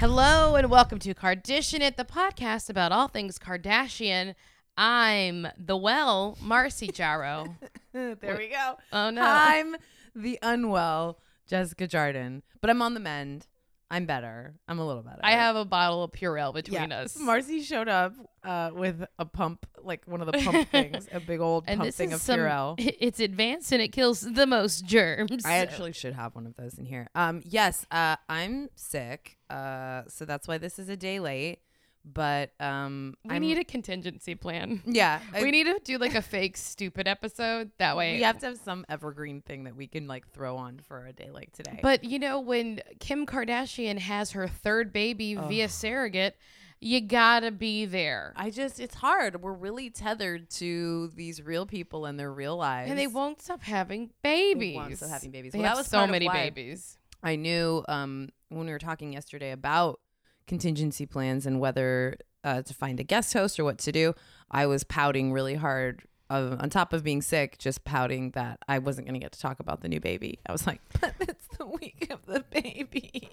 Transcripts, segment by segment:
and welcome to Kardashian It, the podcast about all things Kardashian. I'm the well, Marcy Jarrow. there we go. Oh no. I'm the unwell Jessica Jardin, but I'm on the mend. I'm better. I'm a little better. I have a bottle of Purell between Yeah. us. Marcy showed up uh, with a pump, like one of the pump things, a big old and pump this thing is of some, Purell. It's advanced and it kills the most germs. I actually should have one of those in here. Um, yes, uh, I'm sick, uh, so that's why this is a day late. But um, we I'm, need a contingency plan. yeah. I- we need to do like a fake stupid episode. That way, we have to have some evergreen thing that we can like throw on for a day like today. But you know, when Kim Kardashian has her third baby via surrogate, you gotta be there. I just it's hard. We're really tethered to these real people and their real lives. and they won't stop having They babies. won't stop having babies. They Well, that have was so part of many why- babies. I knew um when we were talking yesterday about contingency plans and whether uh, to find a guest host or what to do, I was pouting really hard. Of, on top of being sick, just pouting that I wasn't going to get to talk about the new baby. I was like, but it's the week of the baby.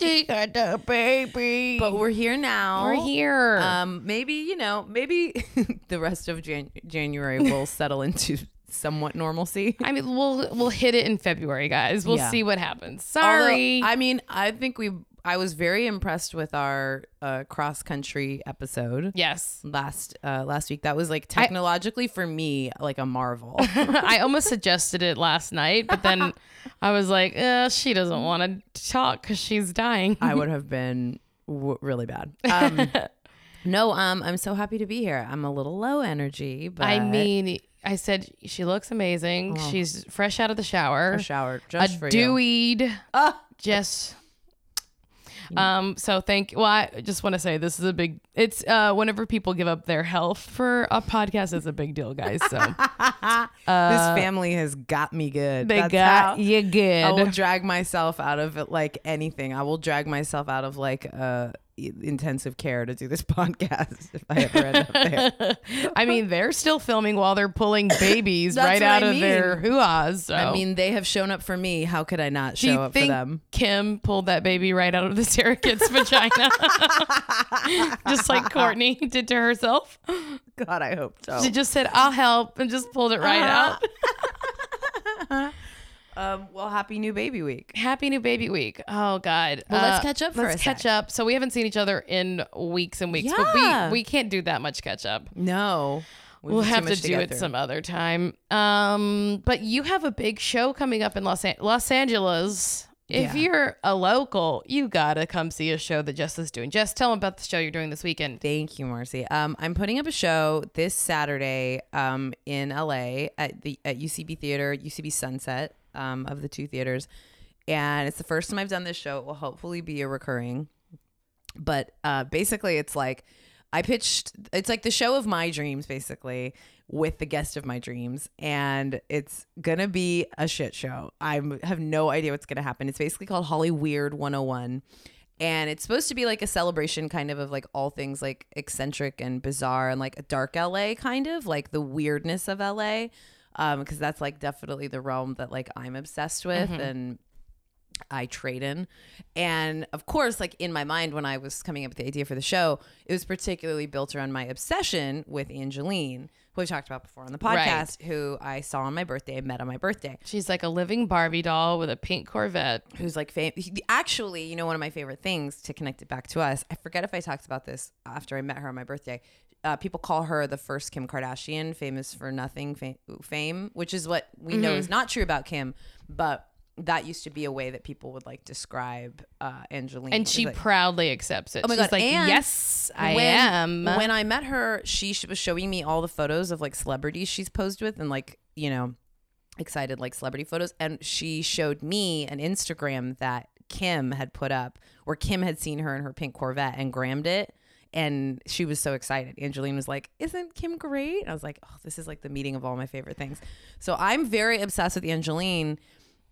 baby. But we're here now. we're here. Um, maybe you know, maybe the rest of Jan- January will settle into somewhat normalcy. I mean, we'll we'll hit it in February, guys. We'll Yeah. see what happens. Although, Sorry. I mean, I think we. I was very impressed with our uh, cross country episode yes. last uh, last week. That was like technologically for me like a marvel. I almost suggested it last night, but then I was like, eh, she doesn't want to talk because she's dying. I would have been w- really bad. Um, no, um, I'm so happy to be here. I'm a little low energy, but I mean, I said she looks amazing. Oh. She's fresh out of the shower. I showered just a for you. deweed. Ah. Just. Um, so thank well, I just want to say this is a big it's uh whenever people give up their health for a podcast, it's a big deal, guys. So this family has got me good. uh, they That's got how- you I will good. drag myself out of it like anything. I will drag myself out of like uh, i- intensive care to do this podcast if I ever end up there. I mean, they're still filming while they're pulling babies That's right what I out of their mean. hoo-ahs. So. I mean, they have shown up for me. How could I not do show you up think for them? Kim pulled that baby right out of the surrogate's vagina, just like Courtney did to herself? God, I hope so. She just said, "I'll help," and just pulled it right Uh-huh. out. Um, well, happy new baby week. Happy new baby week. Oh God. Well, let's catch up for Let's a catch up. So we haven't seen each other in weeks and weeks, Yeah. but we we can't do that much catch up. No, We've We'll too have to much do get it through. some other time. Um, but you have a big show coming up in Los An- Los Angeles. If Yeah. you're a local, you gotta come see a show that Jess is doing. Jess, tell them about the show you're doing this weekend. Thank you, Marcy. Um, I'm putting up a show this Saturday um, in LA at the at UCB Theater, UCB Sunset, um, of the two theaters, and it's the first time I've done this show. It will hopefully be a recurring, but uh, basically, it's like I pitched. It's like the show of my dreams, basically, with the guest of my dreams, and it's gonna be a shit show. I have no idea what's gonna happen. It's basically called Holly Weird 101 and it's supposed to be like a celebration kind of of like all things like eccentric and bizarre and like a dark LA kind of like the weirdness of LA um because that's like definitely the realm that like I'm obsessed with and I trade in. And of course, like in my mind, when I was coming up with the idea for the show, it was particularly built around my obsession with Angeline, who I talked about before on the Right. podcast, who I saw on my birthday, I met on my birthday. She's like a living Barbie doll with a pink Corvette. who's like fam- he- actually you know one of my favorite things to connect it back to us i forget if i talked about this after i met her on my birthday uh, people call her the first kim kardashian famous for nothing fam- fame which is what we know Mm-hmm. is not true about kim but that used to be a way that people would like describe uh, Angelina. And she Like, Oh proudly accepts it. my She's God, like, and yes, I when, am. When I met her, she sh- was showing me all the photos of like celebrities she's posed with and like, you know, excited like celebrity photos. And she showed me an Instagram that Kim had put up where Kim had seen her in her pink Corvette and grammed it. And she was so excited. Angeline was like, Isn't Kim great? I was like, Oh, this is like the meeting of all my favorite things. So I'm very obsessed with Angeline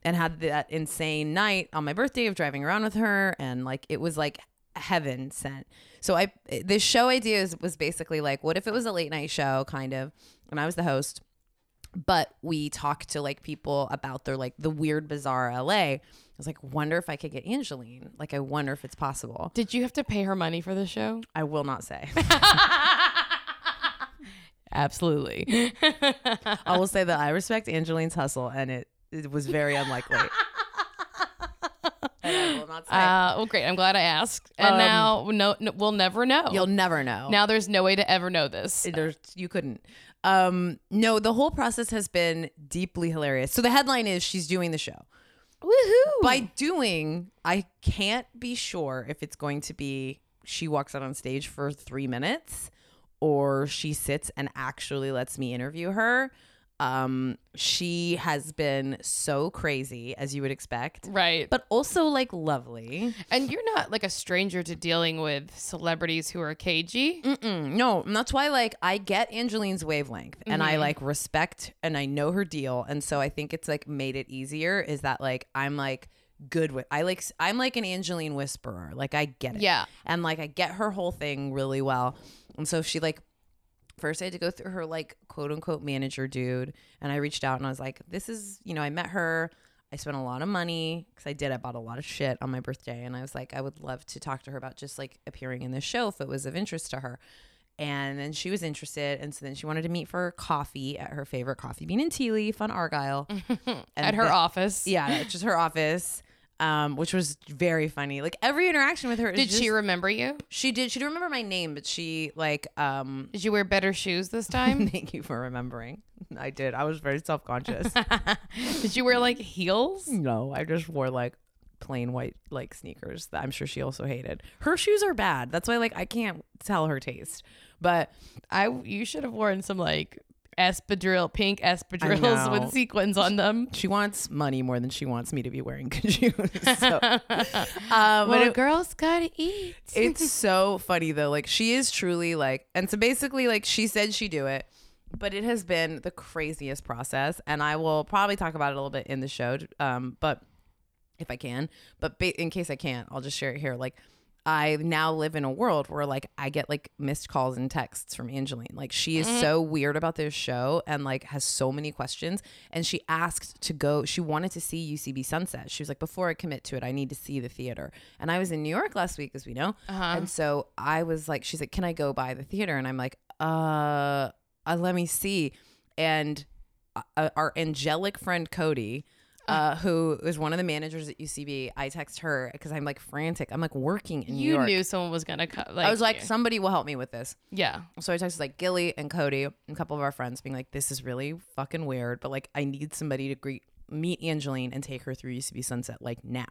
and had that insane night on my birthday of driving around with her and like it was like heaven sent so i this show idea is, was basically like what if it was a late night show kind of and i was the host but we talked to like people about their like the weird bizarre LA. I was like, wonder if I could get Angeline. Like, I wonder if it's possible. Did you have to pay her money for the show? I will not say. Absolutely. Uh, I will say that I respect Angeline's hustle, and it it was very unlikely. And I will not say. Uh, well, great. I'm glad I asked. And Um, now no, no, we'll never know. You'll never know. now there's no way to ever know this. there's you couldn't um no the whole process has been deeply hilarious so the headline is she's doing the show Woohoo! by doing i can't be sure if it's going to be she walks out on stage for three minutes or she sits and actually lets me interview her um she has been so crazy as you would expect right. but also like lovely and you're not like a stranger to dealing with celebrities who are cagey. Mm-mm. No, and that's why like I get Angeline's wavelength and I like respect and I know her deal and so I think it's like made it easier is that like I'm like good with I like s- I'm like an Angeline whisperer. Like I get it. Yeah. And like I get her whole thing really well. And so she like first I had to go through her like quote unquote manager dude and I reached out and I was like this is, you know, I met her I spent a lot of money because I did. I bought a lot of shit on my birthday, and I was like, I would love to talk to her about just like appearing in this show if it was of interest to her. And then she was interested, and so then she wanted to meet for coffee at her favorite coffee bean and tea leaf on Argyle and At her the- office. yeah, just her office, um, which was very funny. Like every interaction with her, is Did just- she remember you? She did. She didn't remember my name, but she like um, Did you wear better shoes this time? thank you for remembering. I did. I was very self conscious. Did you wear like heels? No, I just wore like plain white like sneakers that I'm sure she also hated. Her shoes are bad. That's why like I can't tell her taste. But I you should have worn some like espadrille pink know. espadrilles with sequins on them. she wants money more than she wants me to be wearing good shoes. So, um, But but a it, girl's gotta eat. it's so funny though. Like she is truly like, and so basically like she said she do it, but it has been the craziest process, and I will probably talk about it a little bit in the show. Um, but if I can. But ba- in case I can't, I'll just share it here. Like, I now live in a world where like I get like missed calls and texts from Angeline. Like she is so weird about this show and like has so many questions. And she asked to go. She wanted to see UCB Sunset. She was like, before I commit to it, I need to see the theater. And I was in New York last week, as we know. And so I was like, she's like, can I go by the theater? And I'm like, uh, uh let me see. And uh, our angelic friend Cody, uh, who is one of the managers at UCB, I text her because I'm like frantic. I'm like working in New you York. knew someone was gonna cut. Like, I was like, somebody will help me with this. yeah, So I texted like Gilly and Cody and a couple of our friends, being like, "This is really fucking weird, but like, I need somebody to greet, meet Angeline and take her through UCB Sunset like now."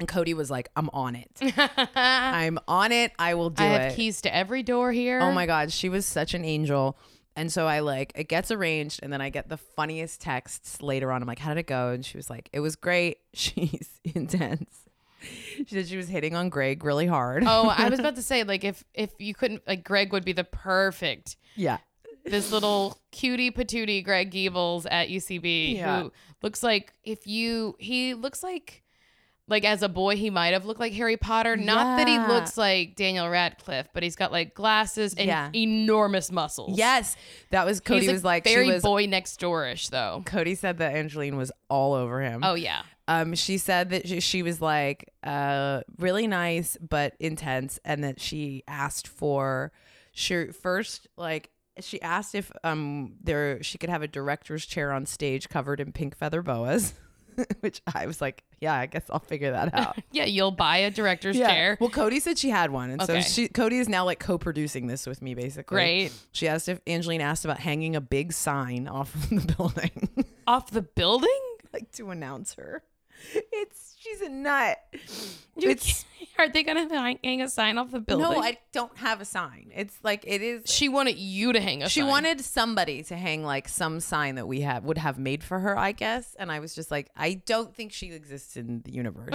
And Cody was like, "I'm on it. I'm on it. I will do I it." have keys to every door here. Oh my God, she was such an angel. And so I like it gets arranged, and then I get the funniest texts later on. I'm like, "How did it go?" And she was like, "It was great. She's intense." She said she was hitting on Greg really hard. Oh, I was about to say like if if you couldn't like Greg would be the perfect yeah, this little cutie patootie Greg Giebels at UCB Yeah. who looks like if you he looks like like as a boy he might have looked like Harry Potter. Not that he Yeah. looks like Daniel Radcliffe, but he's got like glasses and Yeah. enormous muscles. yes, that was Cody He's was like very she was. boy next doorish though. Cody said that Angeline was all over him. Oh yeah. Um, she said that she, she was like uh, really nice but intense, and that she asked for she first like she asked if um there she could have a director's chair on stage covered in pink feather boas, which I was like, yeah, I guess I'll figure that out. Yeah, you'll buy a director's chair. Well, Cody said she had one, and Okay. so she Cody is now like co-producing this with me basically. Great. She asked if Angeline asked about hanging a big sign off of the building. Off the building? like to announce her. It's she's a nut. it's Are they gonna hang- hang a sign off the building? no, I don't have a sign. It's like it is. she wanted you to hang a She sign. wanted somebody to hang like some sign that we have would have made for her, I guess. And I was just like, I don't think she exists in the universe.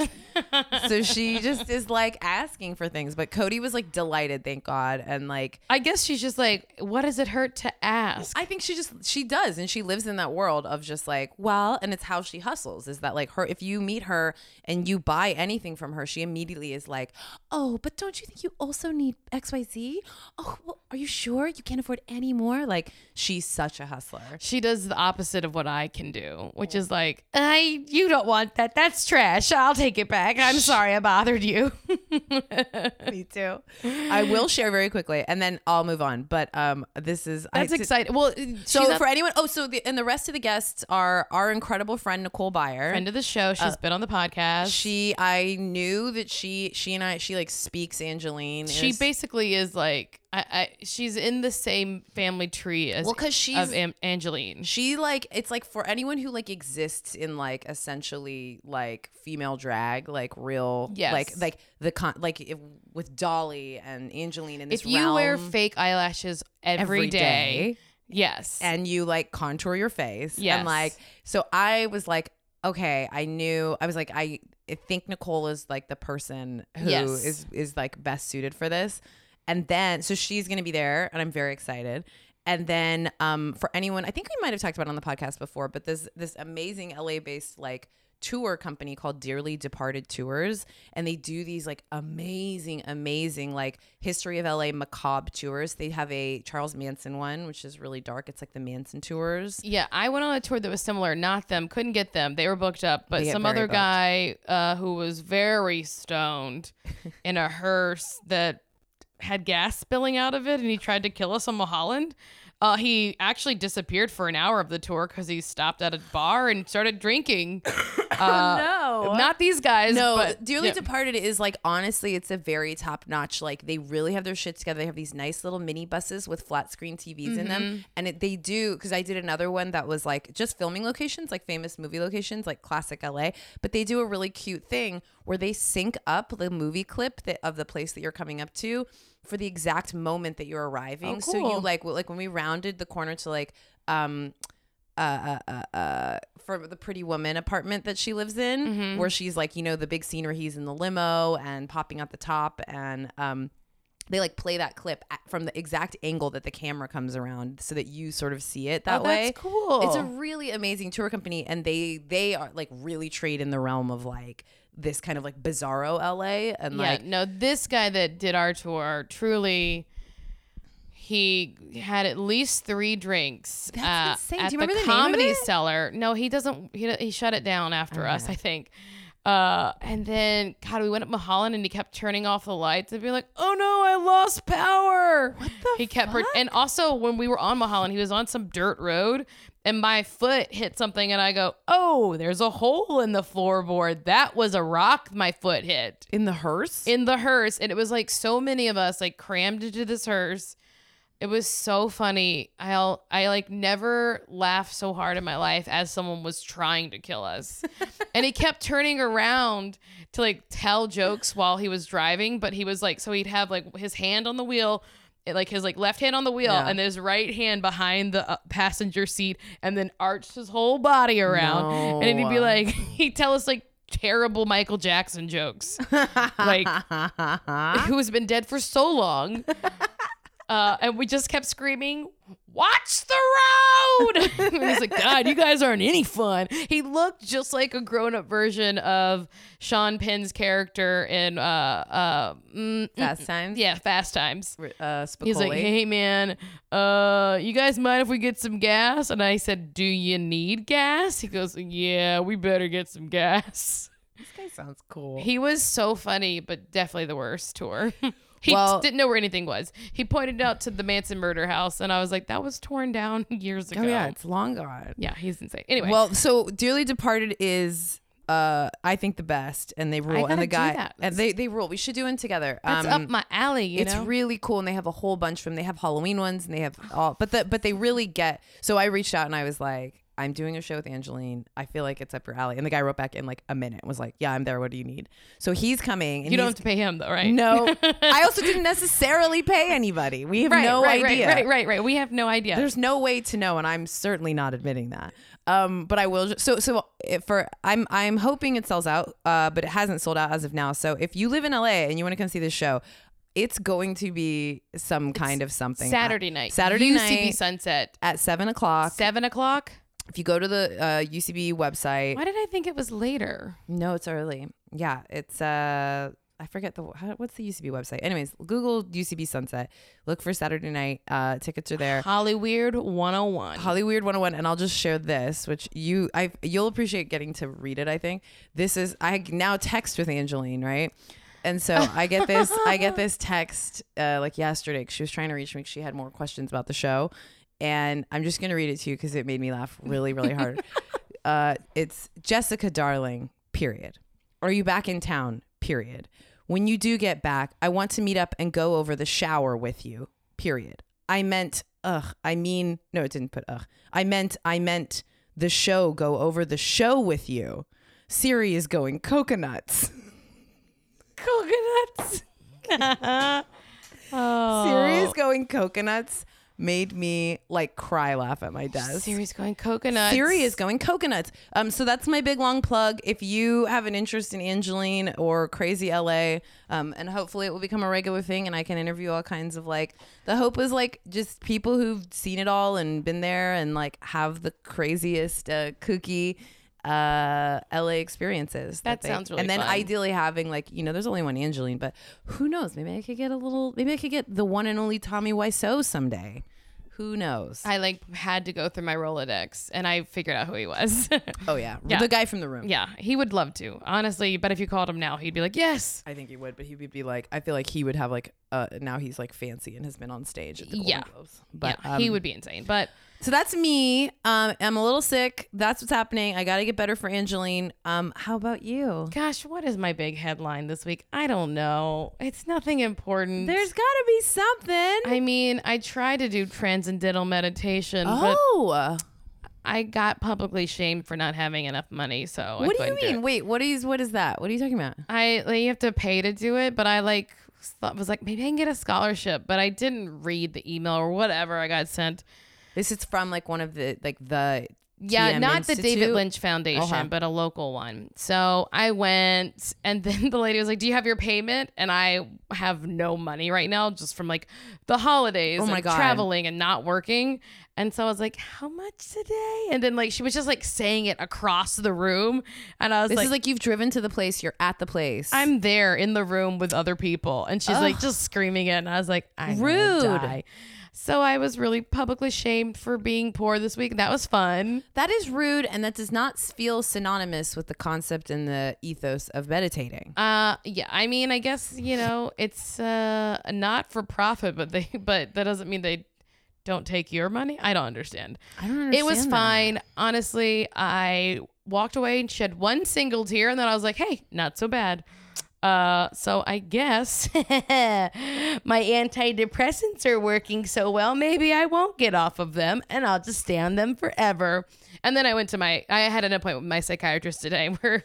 so she just is like asking for things. But Cody was like delighted, thank God, and like I guess she's just like, what does it hurt to ask? I think she just she does, and she lives in that world of just like well, and it's how she hustles. Is that like her? If you meet her and you buy anything from her, she immediately is like, oh, but don't you think you also need X Y Z? Oh, well, are you sure you can't afford any more? Like she's such a hustler. She does the opposite of what I can do, which is like, I you don't want that. That's trash. I'll take it back. I'm sorry I bothered you. Me too. I will share very quickly, and then I'll move on. But um, this is I That's did- exciting. Well, So she's a for anyone, oh, so the, and the rest of the guests are our incredible friend Nicole Byer. friend of the show. She's been on the podcast. she, I knew that she, she and I, she like speaks Angeline. she is- basically is like I, I she's in the same family tree as well, cause she's of Am- Angeline. she like it's like for anyone who like exists in like essentially like female drag, like real, Yes. like like the con, like if, with Dolly and Angeline in this If you wear realm fake eyelashes every day, yes, and you like contour your face Yes. and like so I was like okay I knew I was like I I think Nicole is like the person who is Yes. is like best suited for this and then so she's gonna be there and I'm very excited and then um for anyone I think we might have talked about it on the podcast before but this this amazing LA based like tour company called Dearly Departed Tours and they do these like amazing amazing like history of LA macabre tours. They have a Charles Manson one which is really dark. It's like the Manson tours. yeah. I went on a tour that was similar. Not them. Couldn't get them. They were booked up, but They get some very other booked. guy uh, who was very stoned in a hearse that had gas spilling out of it, and he tried to kill us on Mulholland. Uh, he actually disappeared for an hour of the tour because he stopped at a bar and started drinking. Uh, no. Not these guys. No, but, Dearly yeah. Departed is like honestly, it's a very top notch. Like they really have their shit together. They have these nice little mini buses with flat screen TVs in Mm-hmm. them, and it, they do because I did another one that was like just filming locations, like famous movie locations, like classic LA. But they do a really cute thing where they sync up the movie clip that, of the place that you're coming up to for the exact moment that you're arriving. Oh, So you cool. like w- like when we rounded the corner to like um uh, uh, uh, uh, for the pretty woman apartment that she lives in, Mm-hmm. where she's like, you know, the big scene where he's in the limo and popping out the top, and um, they like play that clip at, from the exact angle that the camera comes around, so that you sort of see it that Oh, way. That's cool. It's a really amazing tour company, and they they are like really trade in the realm of like this kind of like bizarro LA and yeah. like no, this guy that did our tour truly. He had at least three drinks That's uh, insane. Do at you remember the name of comedy it? Oh, cellar. No, he doesn't. He, he shut it down after us, I think. Uh, and then God, we went up Mulholland and he kept turning off the lights and be like, "Oh no, I lost power." What the He kept, per- and also when we were on Mulholland, he was on some dirt road, and my foot hit something, and I go, "Oh, there's a hole in the floorboard. That was a rock my foot hit." in the hearse. in the hearse and it was like so many of us like crammed into this hearse it was so funny i'll i like never laughed so hard in my life as someone was trying to kill us and he kept turning around to like tell jokes while he was driving but he was like so he'd have like his hand on the wheel it, like his like left hand on the wheel Yeah. and his right hand behind the uh, passenger seat and then arched his whole body around and he'd be No. like he'd tell us like terrible michael jackson jokes like who's been dead for so long. Uh, and we just kept screaming, "Watch the road!" and he's like, "God, you guys aren't any fun." He looked just like a grown-up version of Sean Penn's character in uh, uh, mm, mm, Fast times. yeah, Fast Times. Uh, He's like, Spicoli. "Hey man, uh, you guys mind if we get some gas?" And I said, "Do you need gas?" He goes, "Yeah, we better get some gas." this guy sounds cool. He was so funny, but definitely the worst tour. he Well- just didn't know where anything was. He pointed out to the Manson murder house, and I was like, that was torn down years ago. oh yeah, it's long gone. Yeah, he's insane. Anyway, Well, so Dearly Departed is uh I think the best and they rule gotta and the do guy that. and they they rule. We should do one together. Um, that's up my alley. You it's know? really cool and they have a whole bunch of them. They have Halloween ones and they have all but the but they really get so I reached out and I was like I'm doing a show with Angeline. I feel like it's up your alley. And the guy wrote back in like a minute and was like, Yeah, I'm there. What do you need? So he's coming. And you don't have he's- to pay him though, right? No. I also didn't necessarily pay anybody. We have right, no right, idea. Right, right, right, right. We have no idea. There's no way to know, and I'm certainly not admitting that. Um, but I will. ju- So, so if for I'm I'm hoping it sells out, uh, but it hasn't sold out as of now. So if you live in LA and you want to come see this show, it's going to be some kind of something Saturday night. Saturday UCB night. Sunset, at seven o'clock. seven o'clock. If you go to the uh, UCB website, Why did I think it was later? no, it's early. Yeah, it's uh, I forget the how, what's the UCB website. Anyways, Google UCB Sunset. Look for Saturday night. Uh, tickets are there. Holly Weird 101. Holly Weird 101 and I'll just share this which you I you'll appreciate getting to read it I think. This is I now text with Angeline, right? And so I get this I get this text uh, like yesterday 'cause she was trying to reach me 'cause she had more questions about the show and I'm just going to read it to you cuz it made me laugh really really hard. uh, it's Jessica darling. Period. Are you back in town? Period. When you do get back, I want to meet up and go over the shower with you. Period. I meant, ugh, I mean, no, it didn't put ugh. I meant, I meant the show, go over the show with you. Siri is going coconuts. Coconuts. oh. Siri is going coconuts made me like cry laugh at my desk. Siri's going coconuts. Siri is going coconuts. Um, so that's my big long plug. If you have an interest in Angeline or Crazy LA, um, and hopefully it will become a regular thing, and I can interview all kinds of like the hope is like just people who've seen it all and been there and like have the craziest uh, kooky uh LA experiences. That sounds really And then fun. ideally having like you know, there's only one Angeline, but who knows? Maybe I could get a little. Maybe I could get the one and only Tommy Wiseau someday. Who knows? I like had to go through my Rolodex and I figured out who he was. oh yeah. Yeah. the guy from the room. yeah, he would love to. Honestly, but if you called him now, he'd be like, "Yes." I think he would, but he would be like, I feel like he would have like, uh, now he's like fancy and has been on stage at the Golden Yeah. Globes. But yeah, he um, would be insane. But So that's me. Um, I'm a little sick. That's what's happening. I got to get better for Angeline. Um, how about you? gosh, what is my big headline this week? I don't know. It's nothing important. There's got to be something. I mean, I tried to do transcendental meditation, but oh, I got publicly shamed for not having enough money. So I what do you couldn't it. mean? Wait, what is what is that? What are you talking about? I like, you have to pay to do it, but I like thought, was like maybe I can get a scholarship, but I didn't read the email or whatever I got sent. This is from like one of the like the Yeah, TM not the David Institute? Uh-huh. Lynch Foundation, Okay. but a local one. So I went, and then the lady was like, "Do you have your payment?" And I have no money right now, just from like the holidays, Oh my and God. traveling and not working. And so I was like, "How much today?" And then like she was just like saying it across the room, and I was This like. is like you've driven to the place. You're at the place. I'm there in the room with other people, and she's like just screaming it, and I was like, I'm rude. Rude. So I was really publicly shamed for being poor this week. and That was fun. That is rude, and that does not feel synonymous with the concept and the ethos of meditating. Uh, yeah. I mean, I guess you know it's uh not for profit, but they but that doesn't mean they don't take your money. I don't understand. I don't It was understand that. fine, honestly. I walked away and shed one single tear, and then I was like, hey, not so bad. Uh, so I guess my antidepressants are working so well. Maybe I won't get off of them, and I'll just stay on them forever. And then I went to my. I had an appointment with my psychiatrist today where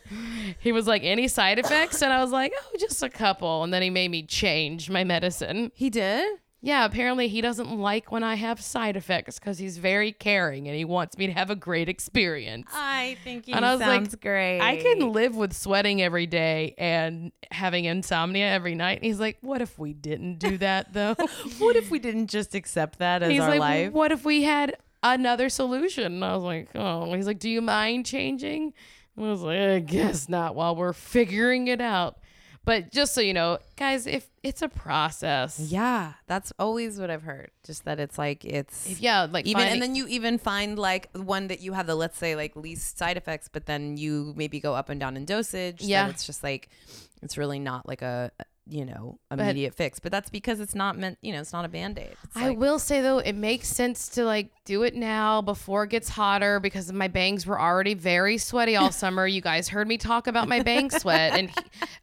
he was like, "Any side effects?" And I was like, "Oh, just a couple." And then he made me change my medicine. He did? Yeah, apparently he doesn't like when I have side effects because he's very caring and he wants me to have a great experience. I think he And I was like, great. I can live with sweating every day and having insomnia every night. And he's like, What if we didn't do that though? What if we didn't just accept that as he's our like, life? What if we had another solution? And I was like, Oh, he's like, Do you mind changing? And I was like, I guess not while we're figuring it out. But just so you know, guys, if it's a process. Yeah, that's always what I've heard. Just that it's like it's Yeah, like even, finding- and then you even find like one that you have the let's say like least side effects, but then you maybe go up and down in dosage. that Yeah. it's just like it's really not like a you know immediate fix, but that's because it's not meant. You know, it's not a band aid. I will say though, it makes sense to like do it now before it gets hotter because my bangs were already very sweaty all summer. You guys heard me talk about my bang sweat, and he-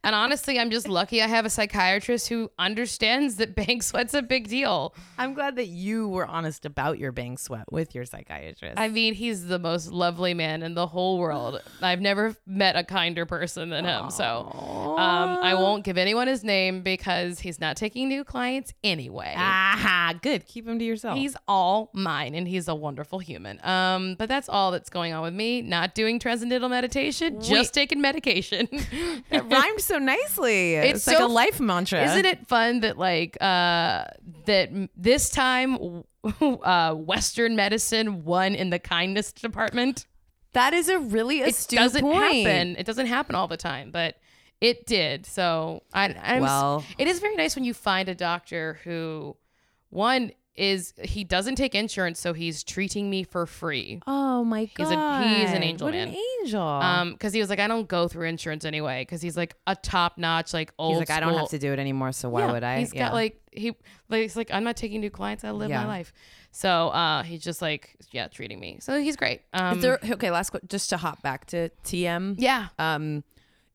and honestly, I'm just lucky I have a psychiatrist who understands that bang sweat's a big deal. I'm glad that you were honest about your bang sweat with your psychiatrist. I mean, he's the most lovely man in the whole world. I've never met a kinder person than him. So um, I won't give anyone his name because he's not taking new clients anyway. ah, good. Keep them to yourself. He's all mine and he's a wonderful human. Um, but that's all that's going on with me. Not doing transcendental meditation, just taking medication. it rhymed so nicely. It's, like so a life mantra. Isn't it fun that like uh that m- this time uh western medicine won in the kindness department? That is a really astute Doesn't point. happen. It doesn't happen all the time, but It did. So I, I'm. Well. it is very nice when you find a doctor who, one is he doesn't take insurance, so he's treating me for free. Oh my god. He's a- he's an angel What man. an angel. Um, because he was like, I don't go through insurance anyway. Because he's like a top notch, like old. he's like, I don't have school- to do it anymore, so why Yeah, would I? He's got like he like he's like I'm not taking new clients. I live Yeah. my life. So uh, he's just like yeah, treating me. So he's great. Um, Is there okay, last qu- just to hop back to TM. yeah. Um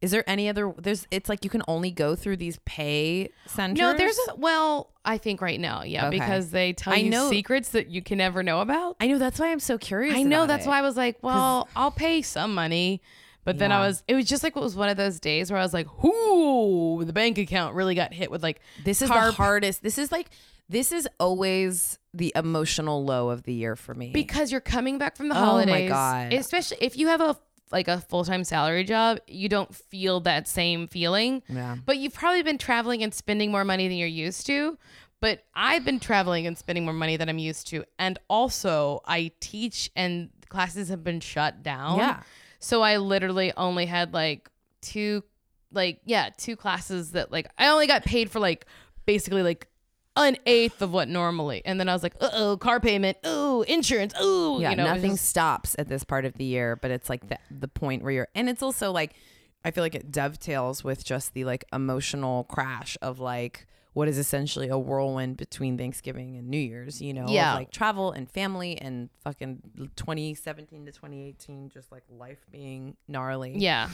is there any other there's it's like you can only go through these pay centers? No, there's a, well, I think right now, yeah, Okay. because they tell I you know- secrets that you can never know about. I know that's why I'm so curious. I know about that's it. why I was like, well, I'll pay some money. But then I Yeah. was, it was just like, it was one of those days where I was like, whoo, the bank account really got hit with like, This is the carb- hardest. This is like this is always the emotional low of the year for me. because you're coming back from the Oh my holidays. God. Especially if you have a, like a full time salary job, you don't feel that same feeling. yeah. But you've probably been traveling and spending more money than you're used to. But I've been traveling and spending more money than I'm used to. And also, I teach and classes have been shut down. Yeah. So I literally only had like two, like, yeah, two classes that like I only got paid for like basically like an eighth of what normally. And then I was like, uh oh, car payment, ooh, insurance, ooh, Yeah, you know, it was nothing just- stops at this part of the year, but it's like the, the point where you're, and it's also like, I feel like it dovetails with just the like emotional crash of like what is essentially a whirlwind between Thanksgiving and New Year's, you know, of, Yeah. like travel and family and fucking 2017 to 2018, just like life being gnarly. yeah.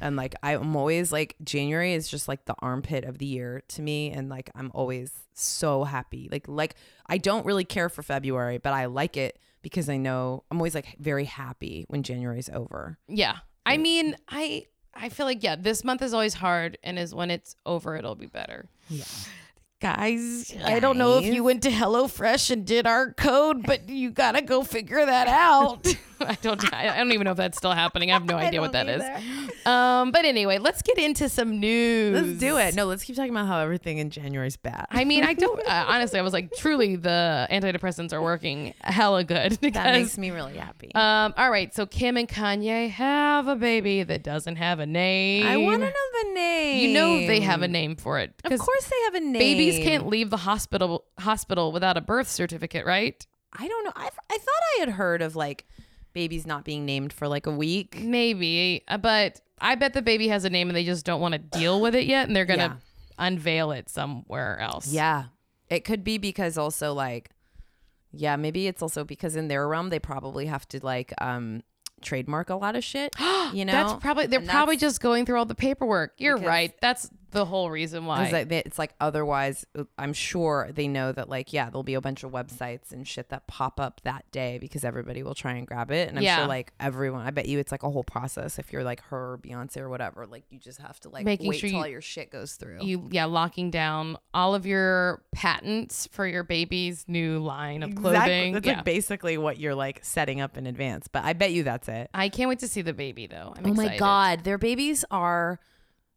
And like, I'm always like, January is just like the armpit of the year to me. And like, I'm always so happy. Like, like I don't really care for February, but I like it because I know I'm always like very happy when January's over. Yeah. I mean, I I feel like yeah, this month is always hard and is when it's over it'll be better. Yeah. Guys, I don't know if Guys. you went to HelloFresh and did our code, but you gotta go figure that out. I don't I, I don't even know if that's still happening. I have no idea what that is. Um but anyway, let's get into some news. Let's do it. No, let's keep talking about how everything in January's bad. I mean, I don't uh, honestly I was like truly the antidepressants are working hella good that because makes me really happy. um all right, so Kim and Kanye have a baby that doesn't have a name. I want to know the name. You know they have a name for it. Of Because course they have a name. babies can't leave the hospital hospital without a birth certificate, right? I don't know. I I thought I had heard of like babies not being named for like a week. Maybe, uh, but I bet the baby has a name and they just don't want to deal with it yet, and they're gonna unveil it somewhere else. Yeah. It could be because also like yeah, maybe it's also because in their realm they probably have to like um trademark a lot of shit, you know? that's probably they're And probably just going through all the paperwork. You're Because- right. That's the whole reason why. It's like, they- it's like otherwise uh, I'm sure they know that like yeah, there'll be a bunch of websites and shit that pop up that day because everybody will try and grab it and I'm Yeah. sure like everyone I bet you it's like a whole process if you're like her or Beyonce or whatever like you just have to like Making wait sure till you- all your shit goes through. you yeah locking down all of your patents for your baby's new line of clothing. That's yeah. like basically what you're like setting up in advance, but I bet you that's it. I can't wait to see the baby though. I'm oh my excited. god, their babies are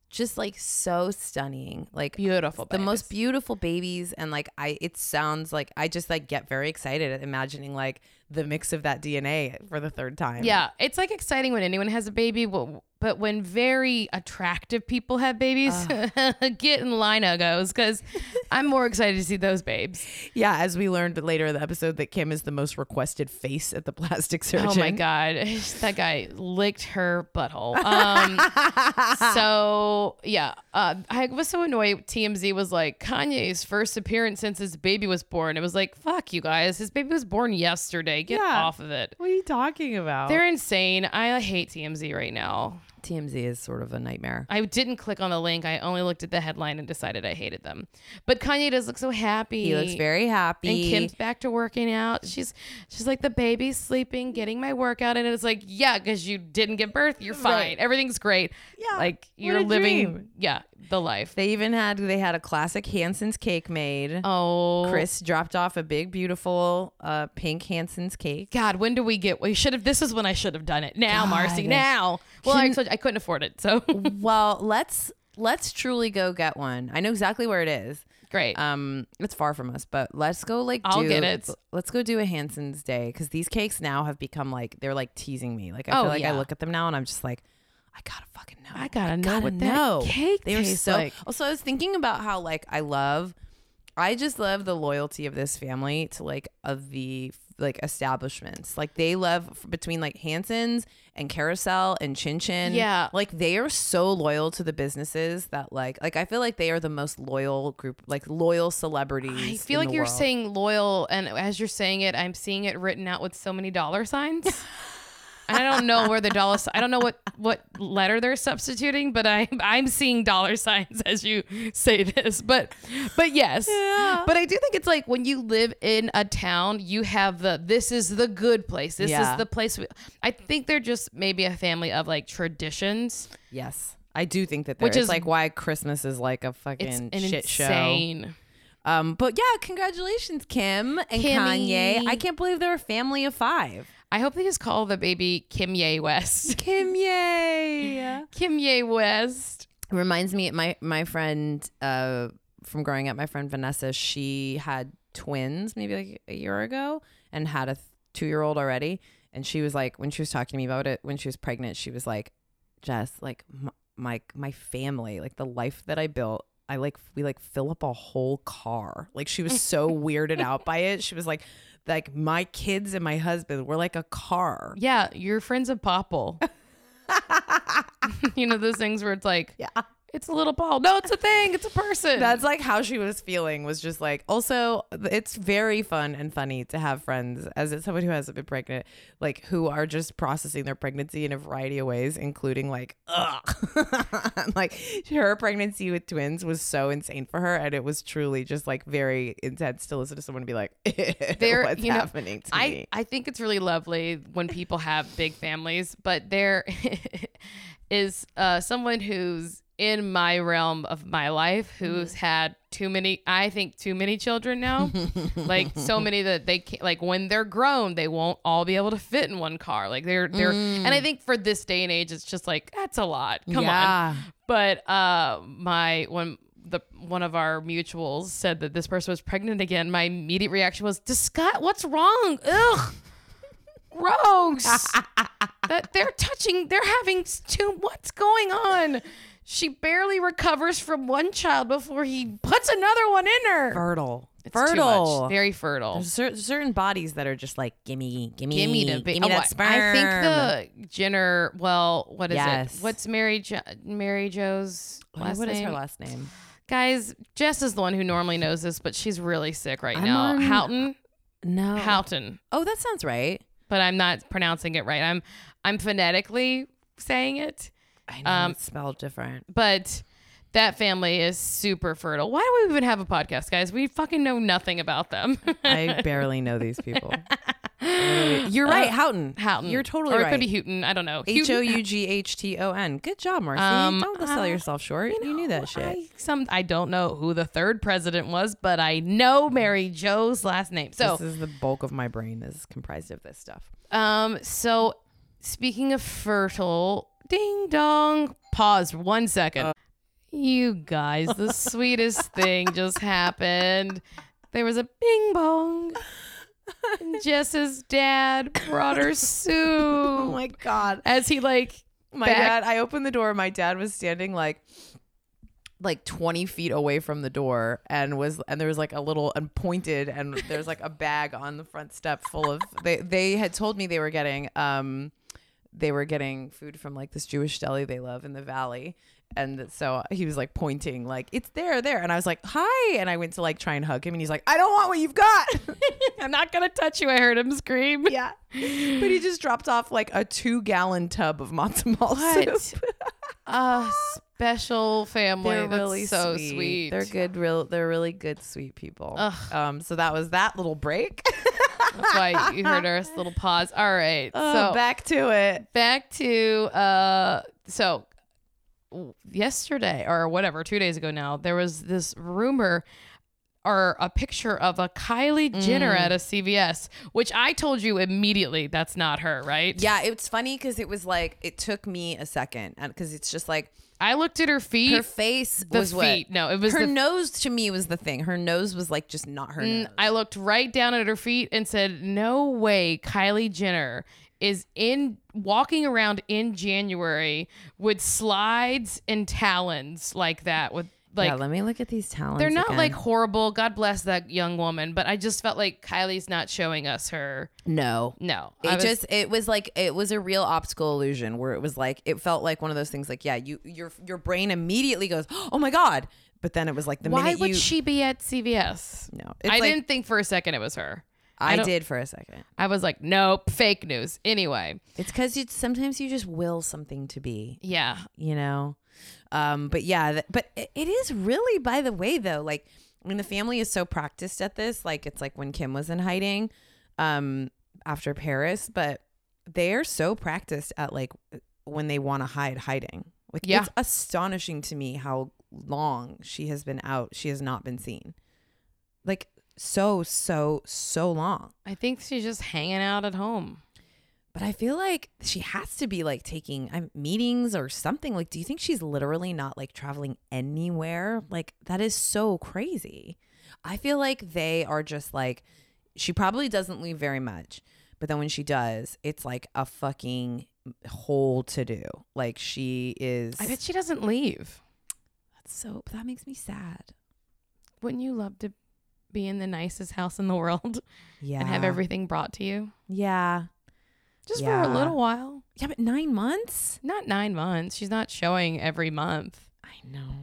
just like so stunning. Like Beautiful. the most babies. beautiful babies and like I it sounds like I just like get very excited at imagining like the mix of that DNA for the third time. Yeah, it's like exciting when anyone has a baby, but, but when very attractive people have babies, get in line, uggos, because I'm more excited to see those babes. Yeah, as we learned later in the episode that Kim is the most requested face at the plastic surgeon. Oh my god, that guy licked her butthole. Um, so yeah, uh, I was so annoyed. TMZ was like Kanye's first appearance since his baby was born. It was like, fuck you guys, his baby was born yesterday. Get Yeah. Oh. off of it. What are you talking about? They're insane. I hate TMZ right now. TMZ is sort of a nightmare. I didn't click on the link. I only looked at the headline and decided I hated them. But Kanye does look so happy. He looks very happy. And Kim's back to working out. She's she's like the baby's sleeping, getting my workout, and it's like yeah, because you didn't give birth, you're fine. Right. Everything's great. Yeah, like what you're a living dream. yeah the life. They even had they had a classic Hanson's cake made. oh, Chris dropped off a big, beautiful uh, pink Hanson's cake. God, when do we get? We should have. This is when I should have done it. Now, Marcy. God. Now. Well, I, Couldn't- told you, I couldn't afford it, so well, let's let's truly go get one. I know exactly where it is. great. Um, it's far from us, but let's go like I'll do, get it. Let's go do a Hanson's day because these cakes now have become like they're like teasing me. Like I Oh, feel like yeah. I look at them now and I'm just like, I gotta fucking know. I gotta know what that know. cake They were tastes so. like. Also, I was thinking about how like I love, I just love the loyalty of this family to like of the like establishments. Like they love f- between like Hanson's and Carousel and Chin Chin. Yeah. like they are so loyal to the businesses that like like I feel like they are the most loyal group, like loyal celebrities. I feel in like the you're world. saying loyal, and as you're saying it, I'm seeing it written out with so many dollar signs. And I don't know where the dollar. si- I don't know what what letter they're substituting, but I I'm seeing dollar signs as you say this. But but yes, Yeah. but I do think it's like when you live in a town, you have the this is the good place. This Yeah. is the place. We, I think they're just maybe a family of like traditions. yes. I do think that there, Which it's is- like why Christmas is like a It's fucking an shit show. insane. Um, but yeah, congratulations, Kim and Kimmy. Kanye. I can't believe they're a family of five. I hope they just call the baby Kim Ye West. Kim Yay. Kim Ye West. Reminds me, my my friend uh, from growing up, my friend Vanessa, she had twins maybe like a year ago and had a th- two year old already. And she was like, when she was talking to me about it, when she was pregnant, she was like, Jess, like my my, my family, like the life that I built. I like we like fill up a whole car. Like she was so weirded out by it. She was like, like my kids and my husband were like a car. Yeah, your friend's a popple. you know those things where it's like, Yeah. it's a little ball. No, it's a thing. It's a person. That's like how she was feeling was just like also it's very fun and funny to have friends as it's someone who hasn't been pregnant, like who are just processing their pregnancy in a variety of ways, including like ugh. like her pregnancy with twins was so insane for her and it was truly just like very intense to listen to someone be like There- what's you know, happening to I, me. I think it's really lovely when people have big families, but there is uh, someone who's in my realm of my life who's Mm-hmm. had too many, I think, too many children now. like so many that they can't, like when they're grown, they won't all be able to fit in one car. Like they're, they're, and I think for this day and age, it's just like, that's a lot. Come on. Mm. yeah. But uh, my when the one of our mutuals said that this person was pregnant again, my immediate reaction was, "Disgust! What's wrong? Ugh, gross! that they're touching, they're having two. What's going on?" She barely recovers from one child before he puts another one in her. Fertile. It's too much. fertile. very fertile. There's cer- certain bodies that are just like gimme, gimme, Give me the ba- gimme oh, that I- sperm. I think the Jenner. Well, what is Yes. it? What's Mary jo- Mary Jo's last What is name? her last name? Guys, Jess is the one who normally knows this, but she's really sick right I'm now. on- Houghton, No. Houghton, Oh, that sounds right. but I'm not pronouncing it right. I'm I'm phonetically saying it, I know Um, it's spelled different. but that family is super fertile. Why do we even have a podcast, guys? We fucking know nothing about them. I barely know these people. Literally. You're right, Houghton. Uh, Houghton, You're totally or it right. could be Houghton. I don't know. H Houghton- o u g h t o n. Good job, Marcy. Um, Don't sell uh, yourself short. You, knew that shit. I, some I don't know who the third president was, but I know Mary Jo's last name. So this is the bulk of my brain is comprised of this stuff. Um, so speaking of fertile, ding dong. Pause one second. you guys, the sweetest thing just happened. There was a bing bong. And Jess's dad brought her soup Oh Oh god. as he like My Back- dad, I opened the door. My dad was standing like like 20 feet away from the door and was and there was like a little and pointed and there's like a bag on the front step full of they they had told me they were getting um they were getting food from like this Jewish deli they love in the valley and so he was like pointing like it's there there and I was like hi and I went to like try and hug him and he's like I don't want what you've got I'm not gonna touch you. I heard him scream. yeah but he just dropped off like a 2 gallon tub of matzo ball soup What a special family. They're That's really so sweet. sweet. They're good, real. They're really good, sweet people. Ugh. Um, so that was that little break. That's why you heard our little pause. All right. so so back to it. back to uh so yesterday or whatever two days ago now there was this rumor or a picture of a kylie jenner Mm. at a cvs which i told you immediately that's not her right Yeah, it's funny because it was like it took me a second because it's just like i looked at her feet her face the was feet no it was what her the Mm, nose to me was the thing. Her nose was like just not her. nose. I looked right down at her feet and said, "No way, Kylie Jenner is in walking around in January with slides and talons like that with like yeah, let me look at these talents. they're not again. like horrible. God bless that young woman, but I just felt like Kylie's not showing us her. no. No, It I was- just it was like it was a real optical illusion where it was like it felt like one of those things like yeah you your your brain immediately goes oh my god but then it was like the why minute would you she be at CVS? no I it's like, didn't think for a second it was her. I I don't- did for a second I was like, nope, fake news. Anyway, It's because you sometimes you just will something to be, yeah, you know. Um, but yeah, th- but it, it is really by the way though, like I mean the family is so practiced at this, like it's like when Kim was in hiding, um, after Paris, but they are so practiced at like when they want to hide hiding. Like Yeah. it's astonishing to me how long she has been out. She has not been seen, like so so so long. I think she's just hanging out at home. But I feel like she has to be like taking um, meetings or something. Like, do you think she's literally not like traveling anywhere? Like, that is so crazy. I feel like they are just like, she probably doesn't leave very much. But then when she does, it's like a fucking whole to do. Like, she is. I bet she doesn't leave. that's so, that makes me sad. Wouldn't you love to be in the nicest house in the world Yeah. and have everything brought to you Yeah. just for Yeah. a little while? Yeah, but nine months? Not nine months. She's not showing every month. I know.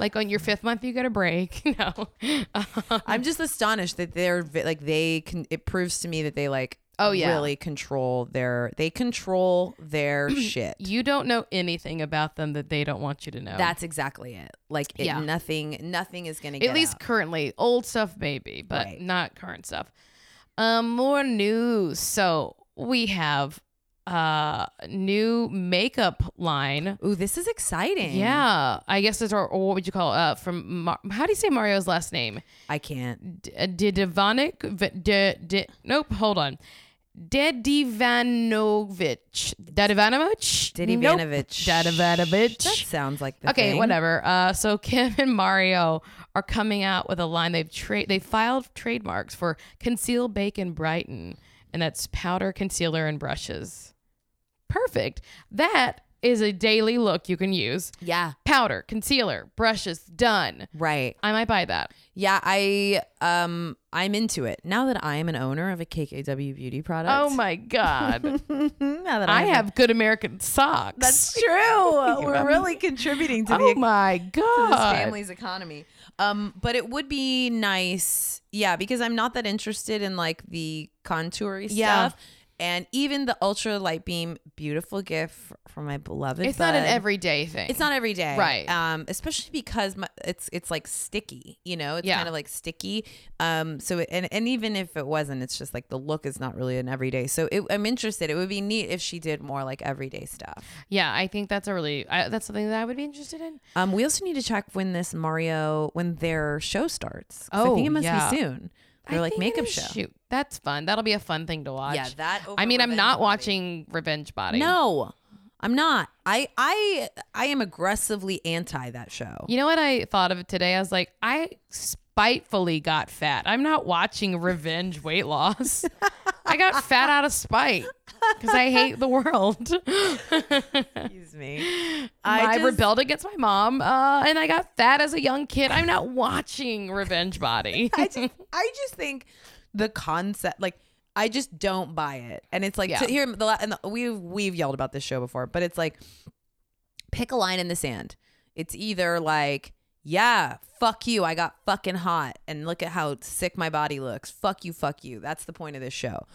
Like on your fifth month, you get a break. no. Um, I'm just astonished that they're vi- like they can. It proves to me that they like. Oh, yeah. Really control their. They control their shit. you don't know anything about them that they don't want you to know. That's exactly it. Like it, Yeah. nothing. Nothing is gonna. at least currently old stuff maybe but Right. not current stuff um more news so we have uh new makeup line Ooh, this is exciting. yeah i guess it's or, or what would you call it uh from Mar- how do you say mario's last name I can't. D- uh, didivanic v- d- d- nope hold on Dedivanovich. Dedivanovich? Diddy Nope. Vanovich. Dedivanovich. That sounds like the Okay, thing. whatever. Uh, so Kim and Mario are coming out with a line. They've tra- they filed trademarks for Conceal, Bake, and Brighten, and that's powder, concealer, and brushes. Perfect. That is a daily look you can use. Yeah. Powder, concealer, brushes, done. Right. I might buy that. Yeah. I um. I'm into it now that I am an owner of a KKW beauty product. Oh my god! Oh, now that I I'm- have good American socks. That's true. We're really contributing to oh the my to this god. family's economy. Um, but it would be nice, yeah, because I'm not that interested in like the contoury Yeah. stuff. And even the ultra light beam, beautiful gift f- from my beloved. It's not an bud. everyday thing. It's not every day, Right. Um, especially because my, it's it's like sticky, you know, it's Yeah. kind of like sticky. Um, so it, and and even if it wasn't, it's just like the look is not really an everyday. So it, I'm interested. It would be neat if she did more like everyday stuff. Yeah, I think that's a really I, that's something that I would be interested in. Um, we also need to check when this Mario when their show starts. 'cause I Oh, think it must yeah. be soon. I They're like think it makeup is. show. Shoot, that's fun. That'll be a fun thing to watch. that. I mean, I'm not watching Revenge Body. No, I'm not. I I I am aggressively anti that show. You know what I thought of today? I was like, I spitefully got fat. I'm not watching Revenge Weight Loss. I got fat out of spite because I hate the world. Excuse me. I, I just- rebelled against my mom, uh, and I got fat as a young kid. I'm not watching Revenge Body. I just I just think the concept like. I just don't buy it, and it's like Yeah. to here the, la- and the we've we've yelled about this show before, but it's like pick a line in the sand. It's either like, yeah, fuck you, I got fucking hot and look at how sick my body looks. Fuck you, fuck you. That's the point of this show.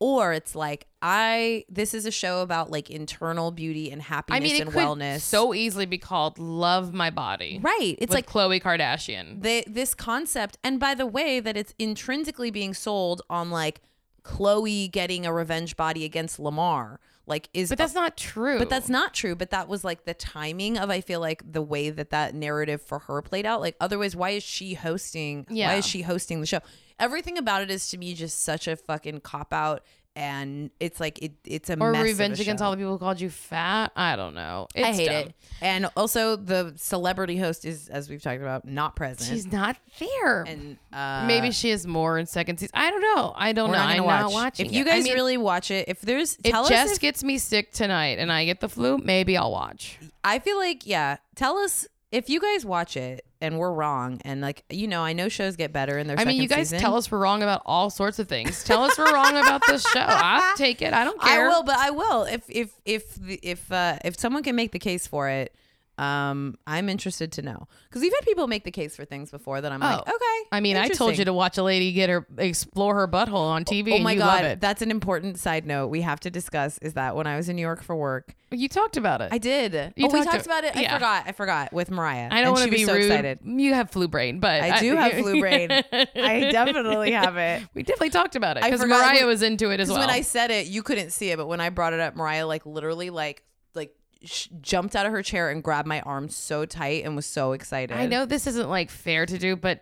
Or it's like, I this is a show about like internal beauty and happiness I mean, it and could wellness. so easily be called "Love My Body." right. It's with like Chloe Kardashian. they, this concept and by the way that it's intrinsically being sold on like Chloe getting a revenge body against Lamar like is But that's not true. but that's not true. But that was like the timing of I feel like the way that that narrative for her played out. Like otherwise, why is she hosting? Why Yeah. is she hosting the show? Everything about it is to me just such a fucking cop out and it's like it, it's a Or mess of a revenge against show. all the people who called you fat. I don't know. It's I hate dumb. it. And also the celebrity host is, as we've talked about, not present. She's not there. and uh, Maybe she is more in second season. I don't know. Oh, I don't we're know. not gonna I'm watch. not watching. if you it. I guys mean, really watch it, if there's, it tell us. just If, gets me sick tonight and I get the flu, maybe I'll watch. I feel like yeah. Tell us if you guys watch it and we're wrong. And like you know, I know shows get better in their. I mean, second you guys season. tell us we're wrong about all sorts of things. Tell us we're wrong about this show. I'll take it. I don't care. I will, but I will if if if the- if uh, if someone can make the case for it. Um, I'm interested to know because we've had people make the case for things before that I'm like, Oh. okay. I mean, I told you interesting. to watch a lady get her explore her butthole on TV. Oh and my you god, love it. that's an important side note we have to discuss. Is that when I was in New York for work, you talked about it. I I, did. You oh, we talked talked to- about it. I yeah. forgot. I forgot with Mariah. don't And want she to be was so rude. excited. You have flu brain, but I do have flu brain. I definitely have it. we definitely talked about it I because forgot Mariah when- was into it as Because well. when I said it, you couldn't see it, but when I brought it up, Mariah like literally like like sh- jumped out of her chair and grabbed my arm so tight and was so excited. I know this isn't like fair to do, but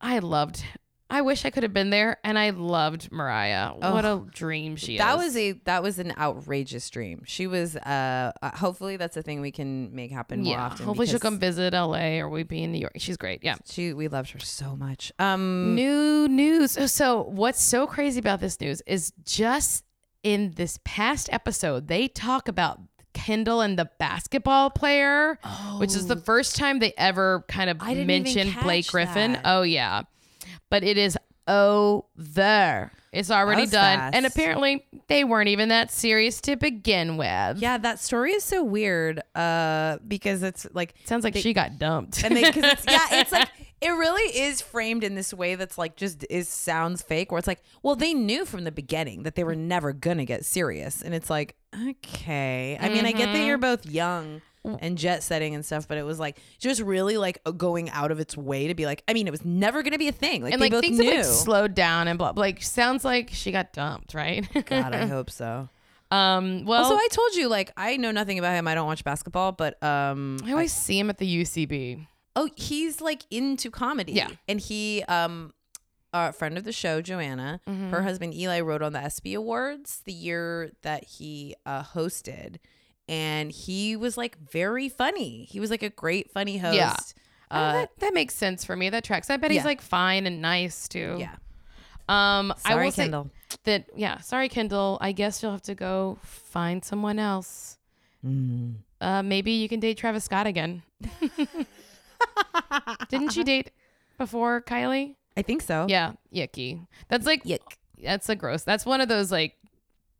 I loved. I wish I could have been there, and I loved Mariah. What a dream she That is. was a that was an outrageous dream. She was uh uh, hopefully that's a thing we can make happen more yeah. often. Hopefully she'll because come visit LA, or we'd be in New York. She's great. Yeah. She we loved her so much. Um New news. Oh, So, what's so crazy about this news is just in this past episode, they talk about Kendall and the basketball player, which is the first time they ever kind of Oh. I didn't even mentioned Blake catch Griffin. that. Oh, yeah. But it is over. It's already was done. And fast. apparently, they weren't even that serious to begin with. Yeah, that story is so weird uh, because it's like, Sounds like she got dumped. and they, cause it's, yeah, it's like, it really is framed in this way that's like just is sounds fake, where it's like, well, they knew from the beginning that they were never gonna get serious. And it's like, okay. I mean, I get Mm-hmm. that you're both young and jet setting and stuff, but it was like just really like uh, going out of its way to be like, I mean, it was never gonna be a thing. Like, and they like both things knew. have like slowed down and blah. Like sounds like she got dumped, right? God, I hope so. Um, well, Also, I told you, like, I know nothing about him. I don't watch basketball, but um, I always see him at the UCB. Oh, he's like into comedy. Yeah. And he, um, a friend of the show, Joanna, Mm-hmm. her husband Eli wrote on the ESPY Awards the year that he uh, hosted. And he was like very funny. He was like a great funny host. Yeah. Oh, Uh, that, that makes sense for me. That tracks. I bet Yeah. he's like fine and nice too. yeah. Um, I Sorry, will say Kendall. that yeah. Sorry, Kendall. I guess you'll have to go find someone else. Uh, maybe you can date Travis Scott again. Didn't she date before Kylie? I think so. Yeah, yucky. That's like Yuck. that's a gross. That's one of those like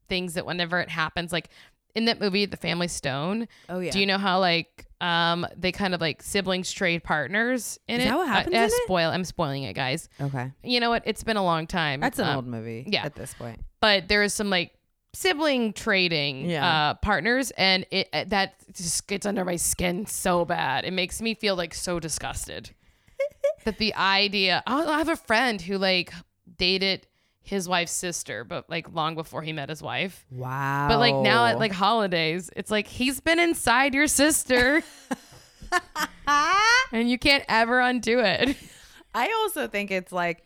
things that whenever it happens, like in that movie, The Family Stone. Oh, yeah. Do you know how like um they kind of like siblings trade partners in Is it? that what happens I, I in it? spoil. I'm spoiling it, guys. Okay. You know what? It's been a long time. That's an Um, old movie yeah. at this point. But there is some like sibling trading Yeah. uh partners and it uh, that just gets under my skin so bad. It makes me feel like so disgusted. that the idea oh, I I have a friend who like dated his wife's sister but like long before he met his wife. Wow. But like now at like holidays, it's like he's been inside your sister and you can't ever undo it. I also think it's like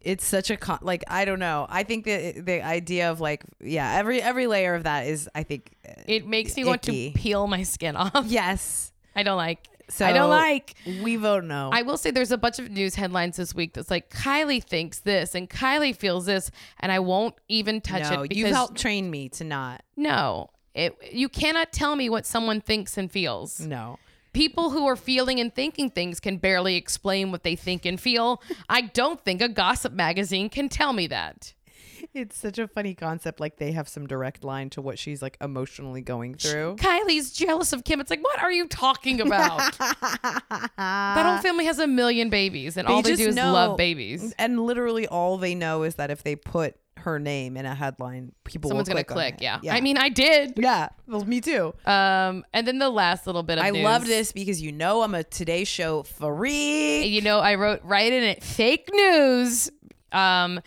it's such a con- like I don't know. I think the the idea of like yeah, every every layer of that is I think uh, It makes me want to Icky. peel my skin off. yes. I don't like. So I don't like. We vote no. I will say there's a bunch of news headlines this week that's like Kylie thinks this and Kylie feels this, and I won't even touch no, it you because helped train me to not. no, it, you cannot tell me what someone thinks and feels. No. People who are feeling and thinking things can barely explain what they think and feel. I don't think a gossip magazine can tell me that. It's such a funny concept like they have some direct line to what she's like emotionally going through. Kylie's jealous of Kim. It's like, what are you talking about? that whole family has a million babies, and all they just do is know- love babies. And literally all they know is that if they put her name in a headline, people Someone's will gonna click on click. it. Yeah. I mean, I did. yeah, well, me too. Um, and then the last little bit of I news. love this because you know I'm a Today Show freak. You know, I wrote right in it fake news. Um,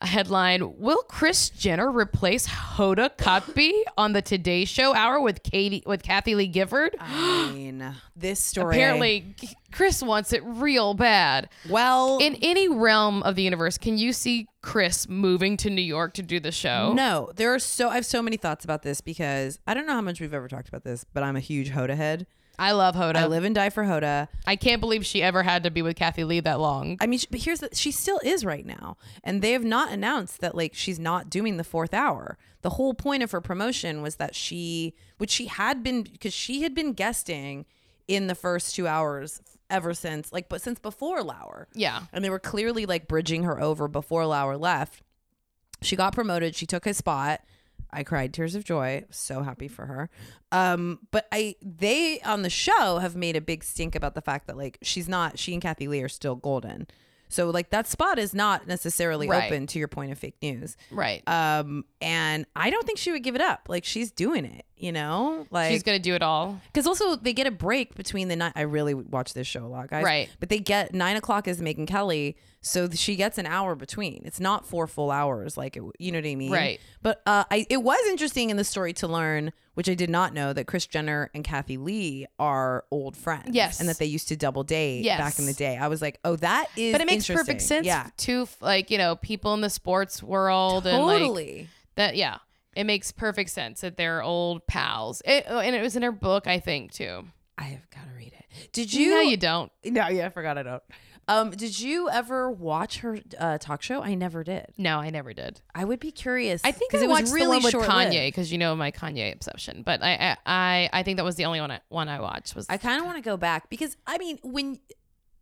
a headline Will Chris Jenner replace Hoda Kotb on the Today Show Hour with Katie with Kathy Lee Gifford? I mean, this story. Apparently, Chris wants it real bad. well, In any realm of the universe, can you see Chris moving to New York to do the show? no, there are so I have so many thoughts about this because I don't know how much we've ever talked about this, but I'm a huge Hoda head. I love Hoda. I I, live and die for Hoda. can't believe she ever had to be with Kathy Lee that long. I mean, sh- but here's the, she still is right now, and they have not announced that like she's not doing the fourth hour. The whole point of her promotion was that she, which she had been, because she had been guesting in the first two hours ever since, like, but since before Lauer, yeah. and they were clearly like bridging her over before Lauer left. She got promoted. She took his spot. I cried tears of joy. So happy for her. Um, but I they on the show have made a big stink about the fact that like she's not she and Kathy Lee are still golden. So like that spot is not necessarily Right. open to your point of fake news. Right. Um, and I don't think she would give it up. Like she's doing it, you know? Like She's going to do it all. because also they get a break between the night. I really watch this show a lot, guys. Right. But they get nine o'clock is Megan Kelly, so th- she gets an hour between. It's not four full hours, like it, w- you know what I mean. Right. But uh, I, it was interesting in the story to learn, which I did not know, that Chris Jenner and Kathy Lee are old friends. Yes. And that they used to double date Yes. back in the day. I was like, oh, that is. But it makes perfect interesting. sense Yeah. to like, you know, people in the sports world and like Totally. that yeah. It makes perfect sense that they're old pals. It, oh, and it was in her book, I think, too. I have got to read it. Did you? no, you don't. No, yeah, I forgot I don't. Um, did you ever watch her uh, talk show? I never did. No, I never did. I would be curious. I think 'cause I it watched was the one with short-lived. Kanye because you know my Kanye obsession. But I, I, I, I think that was the only one I, one I watched. Was I kind of want to go back because I mean, when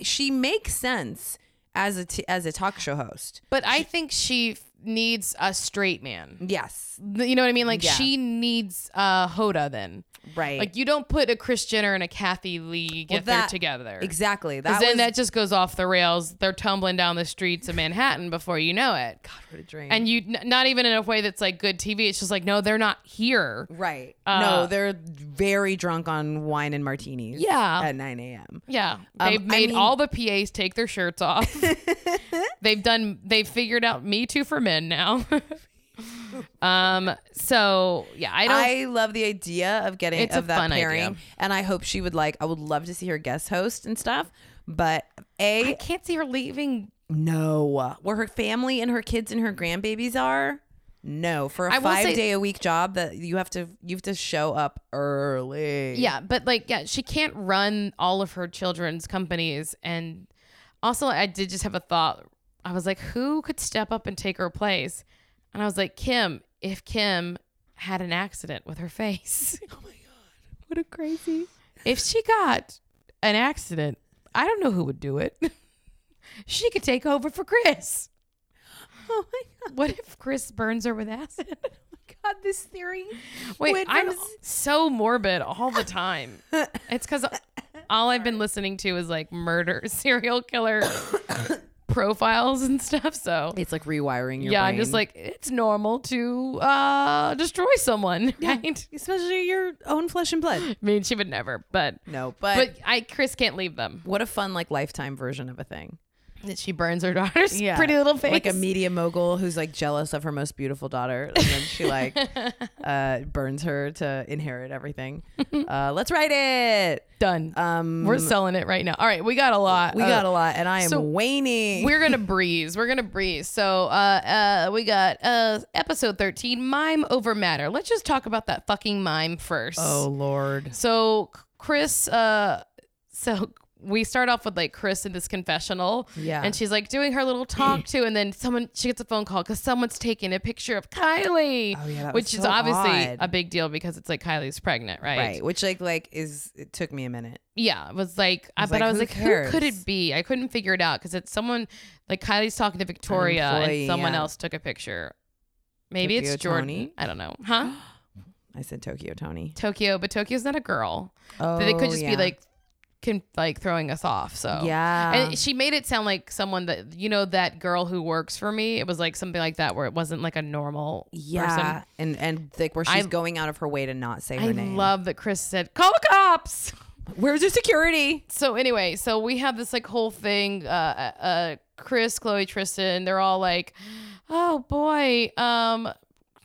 she makes sense as a t- as a talk show host. but I think she f- needs a straight man. Yes, Th- You know what I mean? Like Yeah. she needs uh, Hoda. Then right. like you don't put a Chris Jenner and a Kathy Lee Well, Gifford that- together. exactly. That Because was then that just goes off the rails. They're tumbling down the streets of Manhattan before you know it. what a dream. And you, n- not even in a way that's like good TV. It's just like, no, they're not here. right. Uh, no, they're very drunk on wine and martinis. Yeah. at nine a.m. Yeah. Um, They've I made mean- all the PAs take their shirts off. they've done they've figured out me too for men now. um so yeah, I don't I love the idea of getting It's a of that fun idea. pairing, and I hope she would like. I would love to see her guest host and stuff. But I a can't see her leaving. No. Where her family and her kids and her grandbabies are? No. For a I will five say- day a week job that you have to you have to show up early. Yeah, but like yeah, she can't run all of her children's companies and also I did just have a thought. I was like, who could step up and take her place? And I was like, Kim, if Kim had an accident with her face. Oh my god. What a crazy if she got an accident, I don't know who would do it. she could take over for Chris. Oh my god. What if Chris burns her with acid? God, this theory. Wait, went I'm from s- so morbid all the time. It's because all I've been listening to is like murder, serial killer profiles and stuff. So It's like rewiring your yeah, brain. I'm just like it's normal to uh, destroy someone, right? especially your own flesh and blood. I mean, she would never, but No, but, but I Chris can't leave them. what a fun like lifetime version of a thing. That she burns her daughter's pretty little face, Like a media mogul who's like jealous of her most beautiful daughter. And then she like uh, burns her to inherit everything. Uh, let's write it. done. Um We're selling it right now. All right, we got a lot. We Uh, got a lot, and I am so waning. We're gonna breeze. We're gonna breeze. So, uh, uh, we got uh, episode thirteen, mime over matter. Let's just talk about that fucking mime first. Oh, Lord. so C- Chris, uh, so we start off with like Chris in this confessional, Yeah. and she's like doing her little talk to, and then someone she gets a phone call because someone's taking a picture of Kylie, Oh, yeah, that was which is so obviously odd. a big deal because it's like Kylie's pregnant, Right, which like like is it took me a minute. yeah, it was like, I was but like, I was who like, who could cares? it be? I couldn't figure it out because it's someone like Kylie's talking to Victoria employee, and someone yeah. else took a picture. Maybe it's Tokyo Jordan. Tony? I don't know, huh? I said Tokyo Tony. Tokyo, but Tokyo's not a girl. Oh, But it could just yeah. be like, can like throwing us off. So yeah, And she made it sound like someone that you know that girl who works for me. It was like something like that where it wasn't like a normal yeah, person. and and like where she's I- going out of her way to not say her I name. love that Chris said, "Call the cops." Where's your security? so anyway, so uh, we have this like whole thing. Uh, uh, Chris, Chloe, Tristan, they're all like, oh boy, um,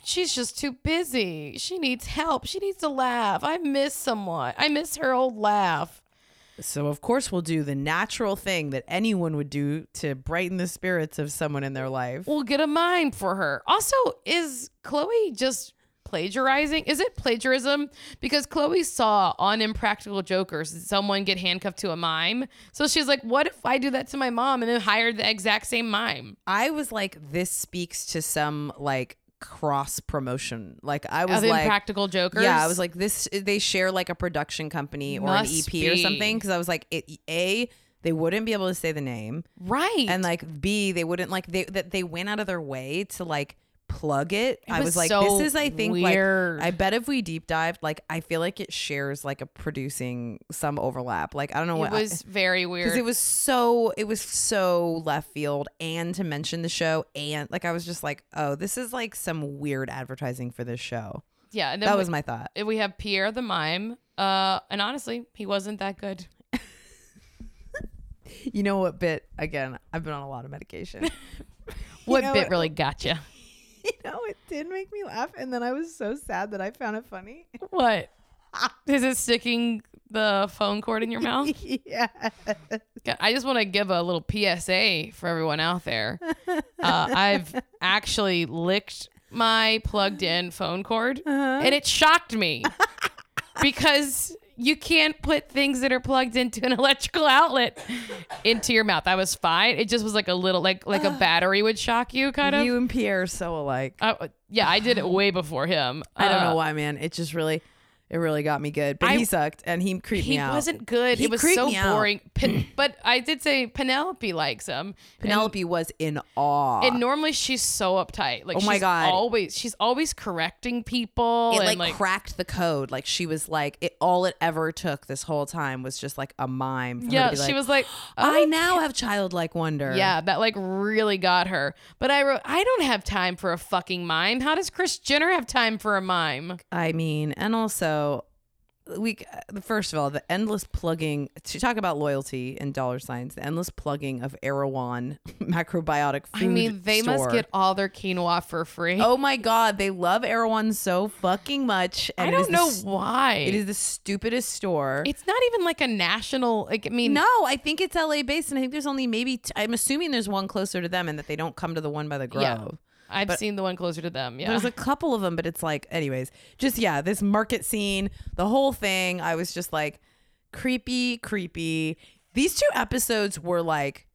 she's just too busy. She needs help. She needs to laugh. I miss someone. I miss her old laugh. So, of course, we'll do the natural thing that anyone would do to brighten the spirits of someone in their life. We'll get a mime for her. Also, is Chloe just plagiarizing? Is it plagiarism? Because Chloe saw on Impractical Jokers someone get handcuffed to a mime. So she's like, what if I do that to my mom and then hire the exact same mime? I was like, this speaks to some like cross promotion. Like, I was Of like, Impractical Jokers? Yeah, I was like, this. They share like a production company or an EP Must or be. something. Because I was like, it, a they wouldn't be able to say the name, right. and like b they wouldn't like they that they went out of their way to like plug it. I was was like, so this is I think weird. like I bet if we deep dived, like I feel like it shares like a producing some overlap. Like I don't know it what I- was very weird. because it was so it was so left field and to mention the show and like i was just like oh this is like some weird advertising for this show yeah, and then that we, was my thought we have Pierre the mime. Uh, and honestly, he wasn't that good. You know what bit? Again, I've been on a lot of medication. What know bit what- really got you? you know, it did make me laugh, and then I was so sad that I found it funny. What? Is it sticking the phone cord in your mouth? yeah. God, I just want to give a little PSA for everyone out there. Uh, I've actually licked my plugged in phone cord Uh-huh. and it shocked me because you can't put things that are plugged into an electrical outlet into your mouth. I was fine. It just was like a little, like like a battery would shock you, kind of. You and Pierre are so alike. Uh, yeah, I did it way before him. I don't Uh, know why, man. It just really, it really got me good. But I- he sucked, and he creeped He me out. wasn't good. He it was creeped so me out. boring. Pen- but I did say Penelope likes him. And- Penelope was in awe. And normally she's so uptight. Like Oh my she's God. always she's always correcting people it and like, like, cracked the code. Like she was like, it all it ever took this whole time was just like a mime. For her to yeah, be she like, was like uh, I now have childlike wonder. yeah, that like really got her. But I wrote, I don't have time for a fucking mime. How does Chris Jenner have time for a mime? I mean, and also we uh, first of all the endless plugging to talk about loyalty and dollar signs the endless plugging of Erewhon macrobiotic food I mean, they must store. get all their quinoa for free. oh my god they love Erewhon so fucking much and I it is don't the know s- why. it is the stupidest store It's not even like a national. Like I mean, no I think it's LA based and I think there's only maybe i I'm assuming there's one closer to them and that they don't come to the one by the grove Yeah. I've seen the one closer to them. Yeah, There's a couple of them, but it's like, anyways, just yeah, this market scene, the whole thing. I was just like, creepy, creepy. These two episodes were like,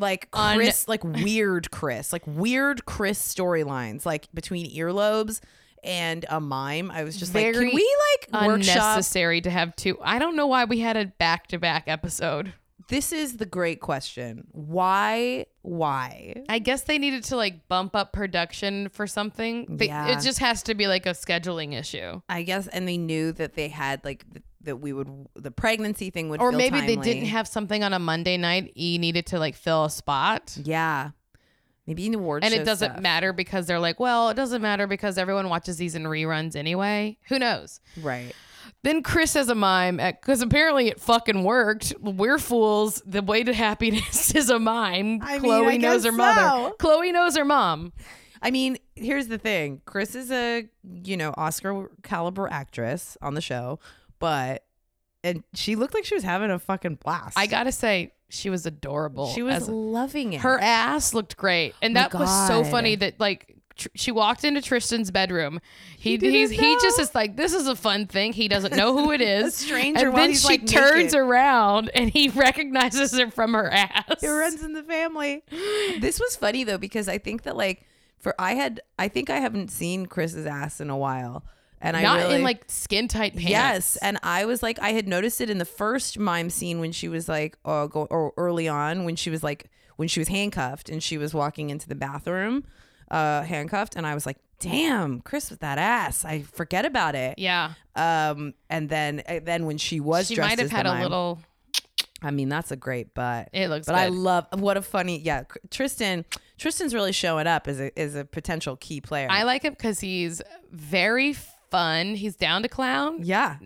like un- Chris, like weird Chris, like weird Chris storylines, like between earlobes and a mime. I was just like, Very can we like workshop? unnecessary to have two. I don't know why we had a back to back episode. This is the great question. Why? Why? I guess they needed to like bump up production for something. They, Yeah. It just has to be like a scheduling issue. I guess, and they knew that they had like th- that we would the pregnancy thing would Or feel maybe they timely. didn't have something on a Monday night. E needed to like fill a spot. Yeah. Maybe an award And show it doesn't stuff. matter because they're like, well, it doesn't matter because everyone watches these in reruns anyway. Who knows? Right. Then Chris has a mime because apparently it fucking worked. We're fools. The way to happiness is a mime. I mean, Chloe I knows her guess mother. so. Chloe knows her mom. I mean, here's the thing. Chris is a, you know, Oscar caliber actress on the show, but and she looked like she was having a fucking blast. I gotta say, she was adorable. she was as a- loving it. Her ass looked great, and My that was so God. funny that like tr- she walked into Tristan's bedroom. He He didn't he's, he just know. is like, this is a fun thing. He doesn't know who it is. stranger And while then he's, she like, turns naked. around and he recognizes her from her ass. it runs in the family. This was funny though because I think that like for I had I think I haven't seen Chris's ass in a while, and I Not really, in like skin tight pants. Yes, and I was like, I had noticed it in the first mime scene when she was like, uh, go, or early on when she was like, when she was handcuffed and she was walking into the bathroom, uh, handcuffed, and I was like, damn, Chris with that ass, I forget about it. Yeah. Um, and then, uh, then when she was She dressed might have as the had a mime- little. I mean, that's a great butt. It looks. but good. I love what a funny yeah. Cr- Tristan, Tristan's really showing up as a as a potential key player. I like him because he's very fun. He's down to clown. yeah,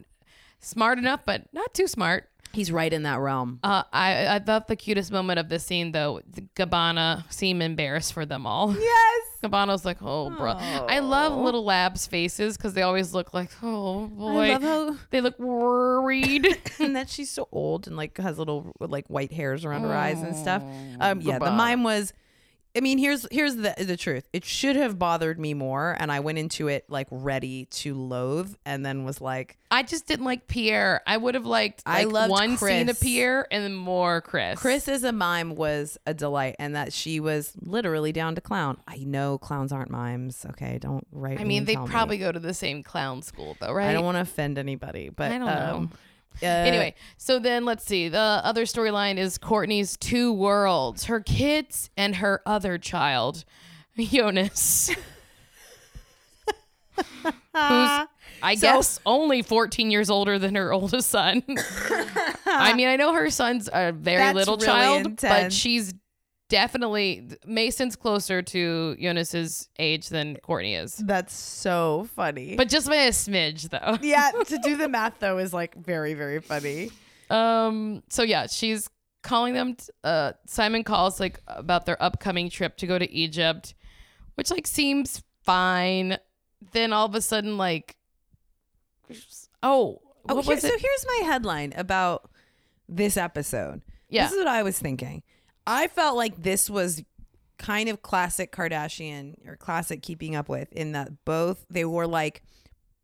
Smart enough, but not too smart. he's right in that realm. Uh, I I thought the cutest moment of this scene though, the Gabbana seemed embarrassed for them all. Yes. Scabano's like, oh, bro. I love little labs' faces because they always look like, oh boy, I love how they look worried. and that she's so old and like has little like white hairs around her eyes and stuff. Mm, Um, yeah, the goodbye. mime was. I mean, here's here's the the truth. It should have bothered me more, and I went into it like ready to loathe, and then was like, I just didn't like Pierre. I would have liked I like, loved one scene Chris. of Pierre and then more Chris. Chris as a mime was a delight, and that she was literally down to clown. I know clowns aren't mimes. Okay, don't write. I me mean, and they tell me. probably go to the same clown school though, right? I don't want to offend anybody, but I don't um, know. anyway, so then let's see. The other storyline is Courtney's two worlds her kids and her other child, Jonas. uh, who's, I guess, only 14 years older than her oldest son. I mean, I know her son's a very That's little really child, but intense. she's definitely, Mason's closer to Jonas's age than Courtney is. that's so funny. But just by a smidge, though. yeah, to do the math though is like very very funny. Um. So yeah, she's calling them. t- uh, Simon calls like about their upcoming trip to go to Egypt, which like seems fine. Then all of a sudden, like, oh, Oh, what here- was so it? here's my headline about this episode. Yeah. This is what I was thinking. I felt like this was kind of classic Kardashian or classic keeping up with in that both they were like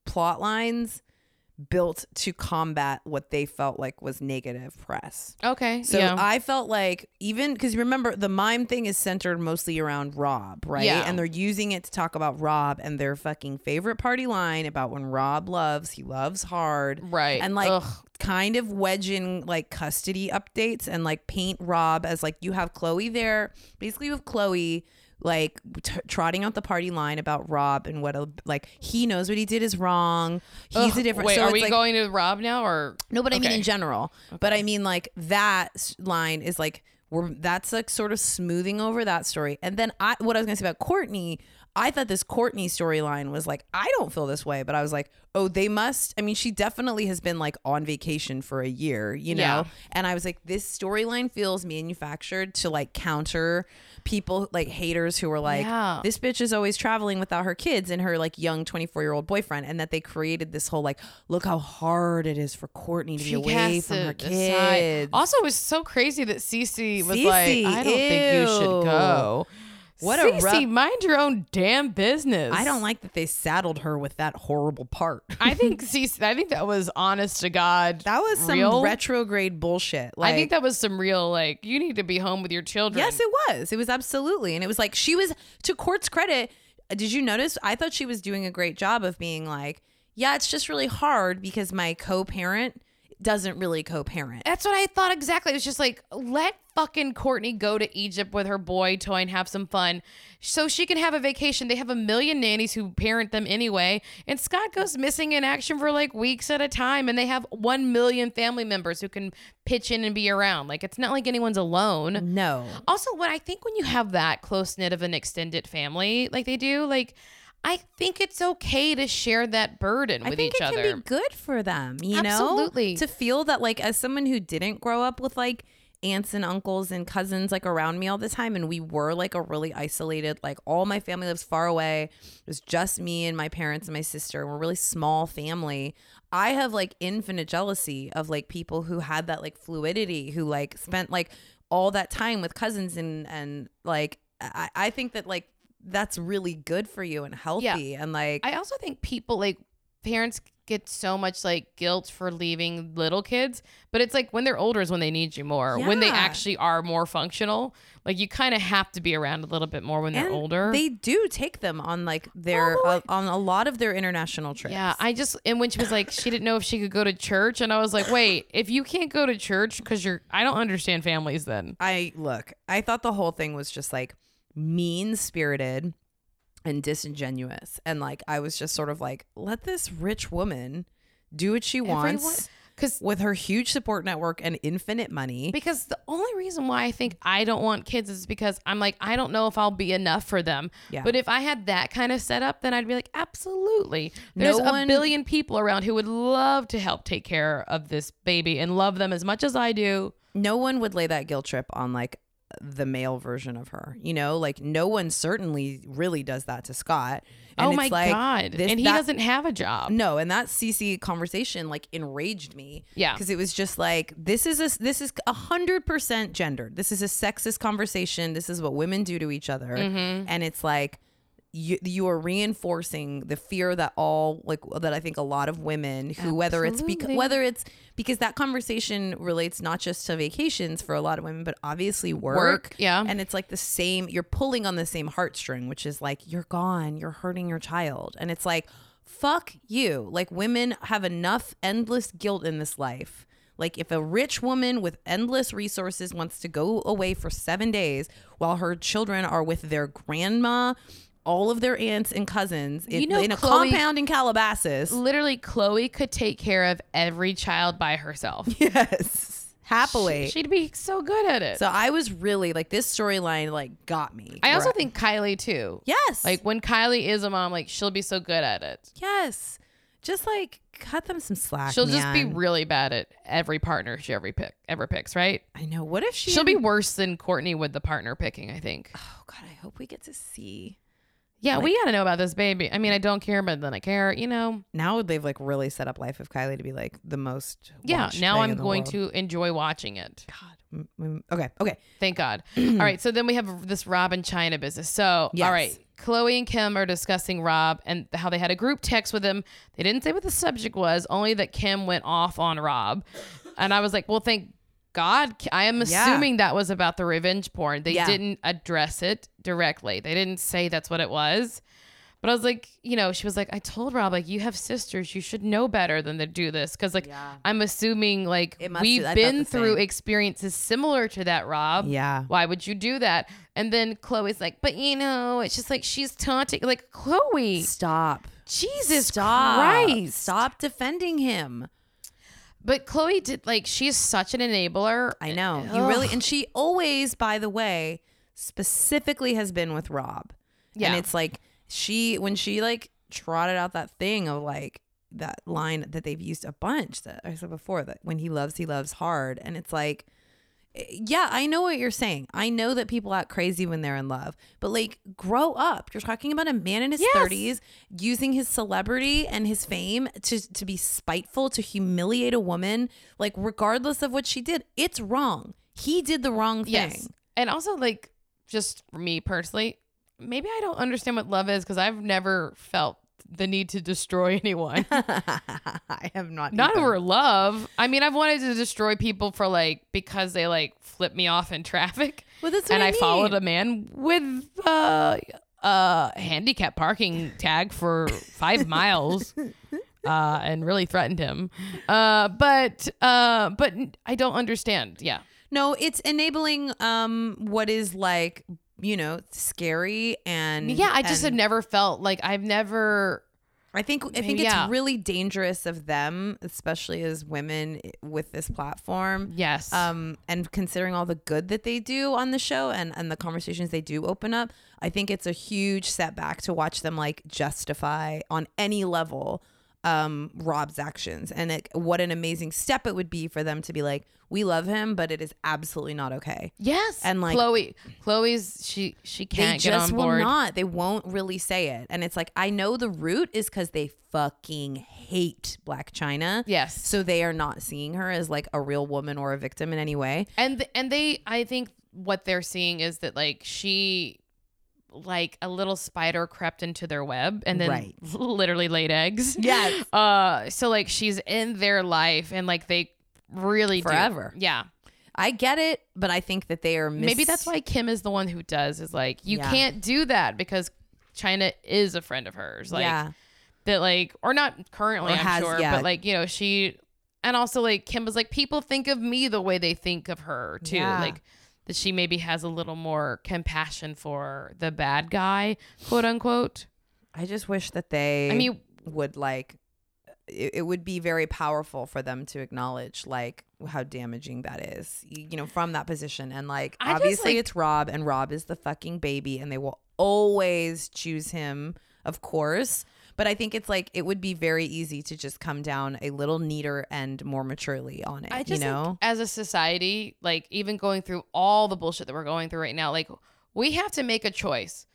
plot lines built to combat what they felt like was negative press. Okay. So yeah. I felt like even because remember the mime thing is centered mostly around Rob, right? Yeah. And they're using it to talk about Rob and their fucking favorite party line about when Rob loves, he loves hard. Right. And like Ugh. kind of wedge in like custody updates and like paint Rob as like you have Chloe there. Basically you have Chloe like t- trotting out the party line about Rob and what a, like he knows what he did is wrong. He's a Ugh, different Wait, so are it's we like, going to Rob now or no, but I mean Okay. in general. But I mean like that s- line is like we're that's like sort of smoothing over that story. And then I what I was gonna say about Courtney, I thought this Courtney storyline was like I don't feel this way, but I was like, oh, they must. I mean, she definitely has been like on vacation for a year, you know. Yeah. And I was like, this storyline feels manufactured to like counter people like haters who are like, Yeah. this bitch is always traveling without her kids and her like young 24 year old boyfriend. And that they created this whole like, look how hard it is for Courtney to be away cast from it her aside. kids. Also, it was so crazy that Cece was Cece, like, I don't think you ew. should go. What a Cece, rough- mind your own damn business. I don't like that they saddled her with that horrible part. I think Cece, I think that was honest to God. That was some real. retrograde bullshit. Like, I think that was some real like you need to be home with your children. Yes, it was. It was absolutely. And it was like she was to court's credit. Did you notice? I thought she was doing a great job of being like, yeah, it's just really hard because my co-parent doesn't really co-parent. that's what I thought exactly. It was just like let fucking Courtney go to Egypt with her boy toy and have some fun, so she can have a vacation. They have a million nannies who parent them anyway, and Scott goes missing in action for like weeks at a time, and they have one million family members who can pitch in and be around. Like it's not like anyone's alone. No. Also, what I think when you have that close knit of an extended family like they do, like I think it's okay to share that burden I with think each it other. can be good for them, you know? Absolutely. To feel that like as someone who didn't grow up with like aunts and uncles and cousins like around me all the time and we were like a really isolated like all my family lives far away. It was just me and my parents and my sister. We're a really small family. I have like infinite jealousy of like people who had that like fluidity who like spent like all that time with cousins and and like I, I think that like that's really good for you and healthy and like I also think people like parents get so much like guilt for leaving little kids, but it's like when they're older is when they need you more, when they Yeah. actually are more functional. Like you kind of have to be around a little bit more when they're And older. They do take them on like their uh, on a lot of their international trips. yeah, I just and when she was like she didn't know if she could go to church and I was like, "Wait, if you can't go to church because you're I don't understand families then." I look. I thought the whole thing was just like mean spirited and disingenuous, and like I was just sort of like, let this rich woman do what she wants Cuz with her huge support network and infinite money. Because the only reason why I think I don't want kids is because I'm like, I don't know if I'll be enough for them. Yeah. But if I had that kind of setup, then I'd be like, absolutely. There's No a one- billion people around who would love to help take care of this baby and love them as much as I do. no one would lay that guilt trip on like the male version of her. You know, like no one certainly really does that to Scott. And oh it's my like, god! this- and he that- doesn't have a job. No, and that CC conversation like enraged me. Yeah. because it was just like this is a this is a hundred percent gendered. This is a sexist conversation. This is what women do to each other, Mm-hmm. and it's like you you are reinforcing the fear that all like that I think a lot of women who whether it's because Absolutely. whether it's because that conversation relates not just to vacations for a lot of women, but obviously work. Work, yeah. and it's like the same. You're pulling on the same heartstring, which is like you're gone. You're hurting your child, and it's like. Fuck you. Like, women have enough endless guilt in this life. Like if a rich woman with endless resources wants to go away for 7 days while her children are with their grandma, all of their aunts and cousins in, You know, in a Chloe- compound in Calabasas. Literally, Chloe could take care of every child by herself. Yes. Happily. She'd be so good at it. so I was really like this storyline like got me. I also Right. think Kylie too. Yes. Like when Kylie is a mom, like she'll be so good at it. yes. Just like cut them some slack. She'll just be man. really bad at every partner she ever pick ever picks, right? I know. What if she She'll be worse than Courtney with the partner picking, I think. Oh god, I hope we get to see. Yeah, we gotta know about this baby. I mean, I don't care, but then I care, you know. Now they've like really set up Life of Kylie to be like the most Yeah, watched now thing I'm in the going world. to enjoy watching it. God. Mm, mm, Okay. Okay. Thank God. all right. So then we have this Rob and China business. So, Yes. all right. Chloe and Kim are discussing Rob and how they had a group text with him. They didn't say what the subject was, only that Kim went off on Rob. And I was like, well, thank God. I am Yeah. assuming that was about the revenge porn. They Yeah. didn't address it directly, they didn't say that's what it was. But I was like, you know, she was like, I told Rob, like, you have sisters. You should know better than to do this. Cause, like, Yeah. I'm assuming, like, It must- we've I thought been the through same. experiences similar to that, Rob. Yeah. Why would you do that? And then Chloe's like, but you know, it's just like she's taunting. Like, Chloe, Stop. Jesus Stop. Christ. Stop defending him. But Chloe did, like, she's such an enabler. I know. You really and she always, by the way, specifically has been with Rob. Yeah. And it's like she when she like trotted out that thing of like that line that they've used a bunch that I said before that when he loves he loves hard and it's like eh, yeah, I know what you're saying. I know that people act crazy when they're in love, but like, grow up. You're talking about a man in his Yes. 30s using his celebrity and his fame to, to be spiteful, to humiliate a woman, like, regardless of what she did. It's wrong. He did the wrong thing. Yes. And also, like, just for me personally, maybe I don't understand what love is because I've never felt the need to destroy anyone. I have not. Not either. over love. I mean, I've wanted to destroy people for like because they like flipped me off in traffic. Well, that's what and I, I mean. followed a man with uh, a handicap parking tag for five miles, uh, and really threatened him. Uh, but uh, but I don't understand. Yeah, No, it's enabling um what is like, you know, scary and yeah. I just Mm, and- have never felt like I've never. I think I think Maybe, yeah. it's really dangerous of them, especially as women i- with this platform. Yes. Um, and considering all the good that they do on the show and, and the conversations they do open up, I think it's a huge setback to watch them like justify on any level um, Rob's actions. And it, what an amazing step it would be for them to be like, we love him, but it is absolutely not okay. yes. and, like- Chloe, Chloe's she she They can't get just on will board. not. They won't really say it. And it's like, I know the root is because they fucking hate Black China. Yes. So they are not seeing her as like a real woman or a victim in any way. and th- and they i think what they're seeing is that like she like a little spider crept into their web and then Right. literally laid eggs Yes. uh so like she's in their life and like they really do- Forever. yeah I get it, but I think that they are mis- maybe that's why kim is the one who does is like you Yeah. can't do that because china is a friend of hers like yeah. that like or not currently Or i'm has- sure yeah. but like you know she and also like kim was like people think of me the way they think of her too Yeah. like that she maybe has a little more compassion for the bad guy quote unquote I just wish that they i mean would like it, it would be very powerful for them to acknowledge like how damaging that is y- you know from that position and like I just, obviously like- it's rob and rob is the fucking baby and they will always choose him of course But I think it's like it would be very easy to just come down a little neater and more maturely on it. I just you think know, as a society, like even going through all the bullshit that we're going through right now, like we have to make a choice.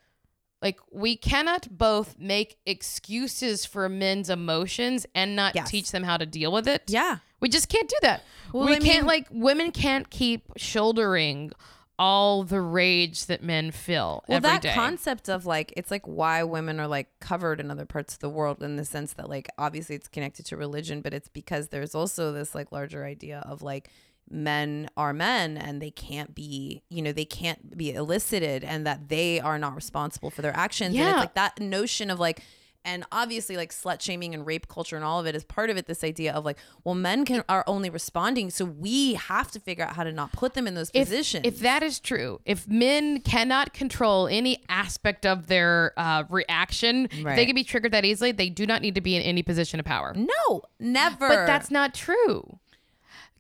Like we cannot both make excuses for men's emotions and not Yes. teach them how to deal with it. yeah. We just can't do that. Well, we I mean- can't like women can't keep shouldering all the rage that men feel Well, every that day. concept of like it's like why women are like covered in other parts of the world in the sense that like obviously it's connected to religion, but it's because there's also this like larger idea of like men are men and they can't be you know they can't be elicited and that they are not responsible for their actions and it's Yeah. like that notion of like and obviously like slut shaming and rape culture and all of it is part of it this idea of like well men can are only responding so we have to figure out how to not put them in those if, positions If that is true, if men cannot control any aspect of their uh, reaction, if Right. they can be triggered that easily. They do not need to be in any position of power. no never But that's not true.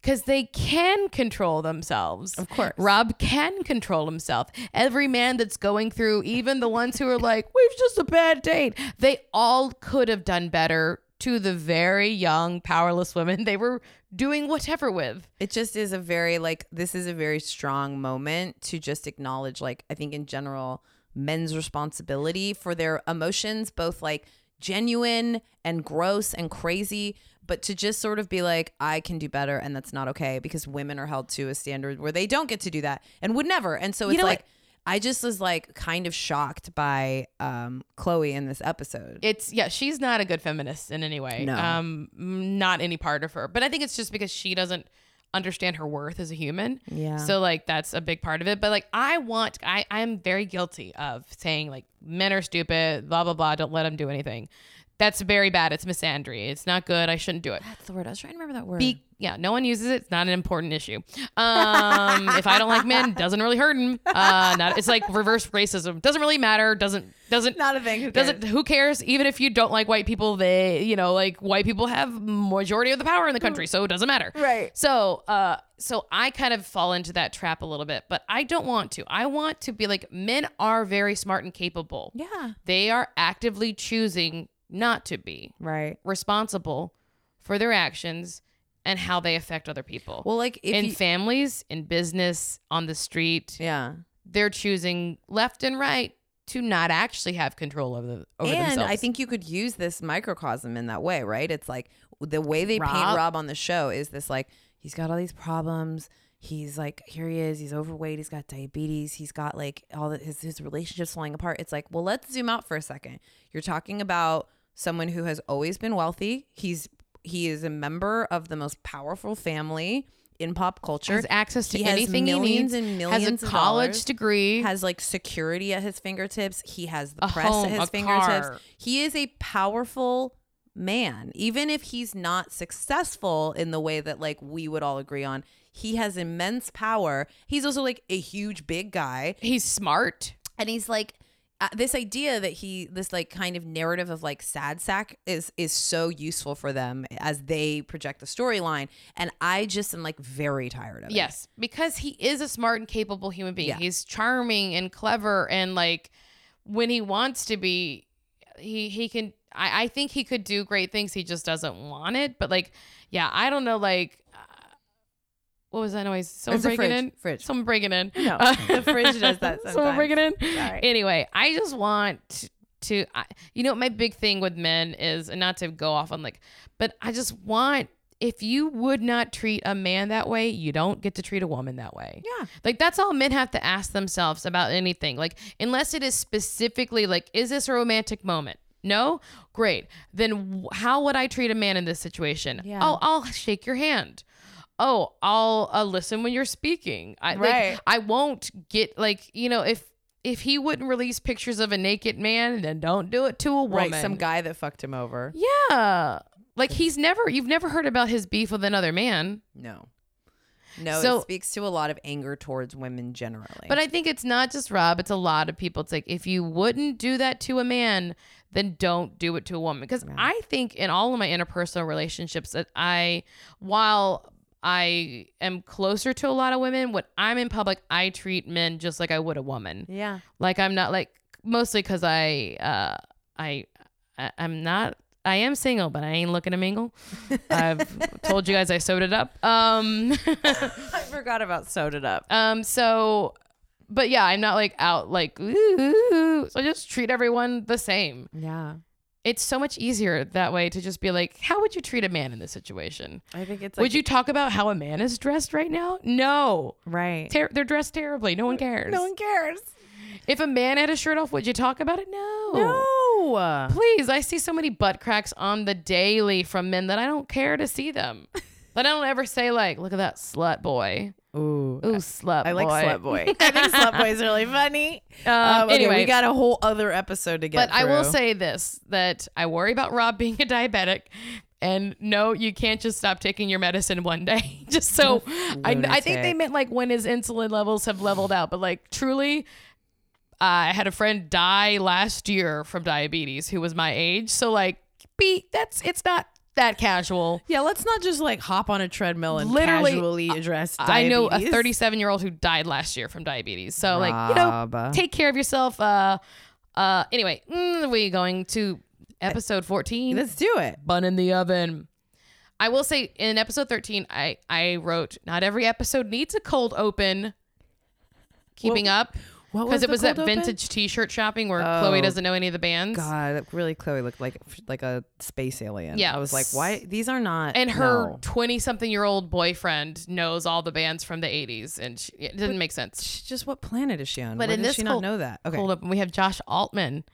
Because they can control themselves. Of course. Rob can control himself. Every man that's going through, even the ones who are like, we've just a bad date, they all could have done better to the very young, powerless women they were doing whatever with. it just is a very like this is a very strong moment to just acknowledge like i think in general men's responsibility for their emotions both like genuine and gross and crazy but to just sort of be like i can do better and that's not okay because women are held to a standard where they don't get to do that and would never and so it's know what? like i just was like kind of shocked by um chloe in this episode it's yeah she's not a good feminist in any way No. um m- not any part of her but i think it's just because she doesn't understand her worth as a human Yeah. so like that's a big part of it but like i want i i'm very guilty of saying like men are stupid blah blah blah don't let them do anything that's very bad it's misandry it's not good i shouldn't do it that's the word i was trying to remember that word be yeah no one uses it it's not an important issue um if i don't like men doesn't really hurt him uh not it's like reverse racism doesn't really matter doesn't doesn't not a thing who doesn't who cares even if you don't like white people they you know like white people have majority of the power in the Hmm. country so it doesn't matter Right. so uh so i kind of fall into that trap a little bit but i don't want to i want to be like men are very smart and capable yeah they are actively choosing not to be right responsible for their actions and how they affect other people well like if in you, families in business on the street yeah they're choosing left and right to not actually have control over, the, over and themselves. I think you could use this microcosm in that way, right? It's like the way they paint Rob- Rob on the show is this like he's got all these problems. He's like here he is. He's overweight. He's got diabetes. He's got like all the, his his relationships falling apart. It's like well, let's zoom out for a second. You're talking about someone who has always been wealthy. He's he is a member of the most powerful family in pop culture. has access to He has anything he needs. millions and has millions a of college dollars. degree. has like security at his fingertips. He has the A press home, at his a fingertips. car. He is a powerful man. Even if he's not successful in the way that like we would all agree on, he has immense power. He's also like a huge big guy He's smart. and he's like uh, this idea that he this like kind of narrative of like sad sack is is so useful for them as they project the storyline and I just am like very tired of it. Yes, because he is a smart and capable human being. Yeah. He's charming and clever, and like when he wants to be, he he can. I I think he could do great things. He just doesn't want it. But like, yeah, I don't know. Like, uh, what was that noise? Someone It's a breaking fridge, in. fridge. Someone breaking in. No, the fridge does that Someone breaking in. Sorry. Anyway, I just want to. I, you know, my big thing with men is, and not to go off on like, but I just want. If you would not treat a man that way, you don't get to treat a woman that way. Yeah. Like that's all men have to ask themselves about anything. Like unless it is specifically like is this a romantic moment? No? Great. Then w- how would I treat a man in this situation? Yeah. Oh, I'll shake your hand. Oh, I'll uh, listen when you're speaking. I Right. like I won't get like, you know, if if he wouldn't release pictures of a naked man, then don't do it to a woman. Right, some guy that fucked him over. yeah. Like he's never you've never heard about his beef with another man. No. No, So- it speaks to a lot of anger towards women generally. But I think it's not just Rob, it's a lot of people. It's like if you wouldn't do that to a man, then don't do it to a woman. Because I think in all of my interpersonal relationships that I while I am closer to a lot of women, when I'm in public, I treat men just like I would a woman. yeah. Like I'm not like mostly cuz I uh I I, I'm not. I am single, but I ain't looking to mingle. I've told you guys I sewed it up. Um, I forgot about sewed it up. um. So, but yeah, I'm not like out like. Ooh. So I just treat everyone the same. Yeah. It's so much easier that way to just be like, how would you treat a man in this situation? I think it's would you talk about how a man is dressed right now? No. right. Ter- they're dressed terribly. No one cares. no one cares. If a man had a shirt off, would you talk about it? No. No. Please, I see so many butt cracks on the daily from men that I don't care to see them. But I don't ever say like, look at that slut boy. Ooh. Ooh, slut I boy. like slut boy. I think slut boy is really funny. Um, Um, okay, anyway, we got a whole other episode to get. but I will through. say this that I worry about Rob being a diabetic. And no, you can't just stop taking your medicine one day. Just so I, I think they Lunatic. meant like when his insulin levels have leveled out. But like truly, I had a friend die last year from diabetes who was my age. So like, be that's it's not that casual. Yeah, let's not just like hop on a treadmill and Literally, casually address. I know a diabetes. 37 year old who died last year from diabetes. So like, you know, Rob. take care of yourself. Uh, uh. Anyway, mm, we going to episode 14. Let's do it. bun in the oven. I will say in episode 13, I, I wrote, not every episode needs a cold open. Keeping up. What Because was it the was that cold open? vintage t shirt shopping where Chloe Oh, doesn't know any of the bands. God, that really, Chloe looked like like a space alien. Yeah. I was like, why? These are not. And her no. 20 something year old boyfriend knows all the bands from the 80s, and she, it doesn't make sense. She- just what planet is she on? But Why in did this she cold- not know that? Okay. Hold up. And we have Josh Altman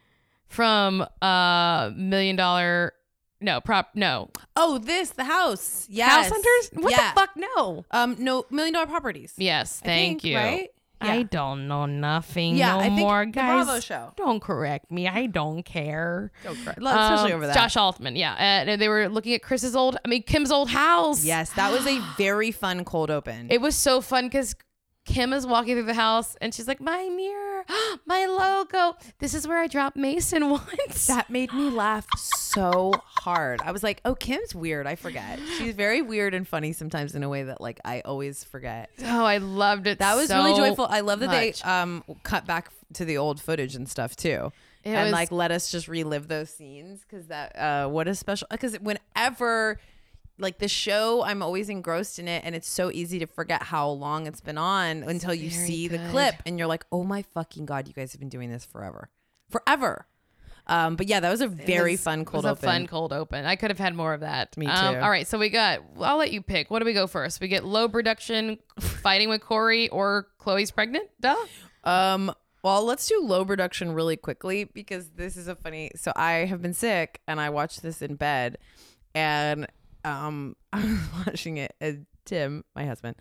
from uh, Million Dollar. No, prop. No. Oh, this the house. Yes. House Hunters? What yeah. the fuck? No. Um, no, million dollar properties. Yes. I Thank think, you. Right? I don't know nothing Yeah, no I think more, the guys. Bravo show. Don't correct me. I don't care. Don't cry. Especially Um, over that. Josh Altman, yeah. Uh, and they were looking at Chris's old, I mean, Kim's old house. Yes, that was a very fun cold open. It was so fun because Kim is walking through the house and she's like, my mirror, my logo. This is where I dropped Mason once. that made me laugh so hard. I was like, "Oh, Kim's weird. I forget. She's very weird and funny sometimes in a way that like I always forget." oh, I loved it. That was really so joyful. I love that much. they um cut back to the old footage and stuff too. It and was- like let us just relive those scenes cuz that uh what a special cuz whenever like the show I'm always engrossed in it and it's so easy to forget how long it's been on until you very see good. the clip and you're like, "Oh my fucking god, you guys have been doing this forever." Forever. Um but yeah, that was a very was- fun it cold was open. A fun cold open. I could have had more of that. Um, Me too. all right, so we got. I'll let you pick. What do we go first? We get low production, fighting with Corey, or Chloe's pregnant. Duh. Um, well, let's do low production really quickly because this is a funny. So I have been sick and I watched this in bed, and um, I was watching it. And Tim, my husband,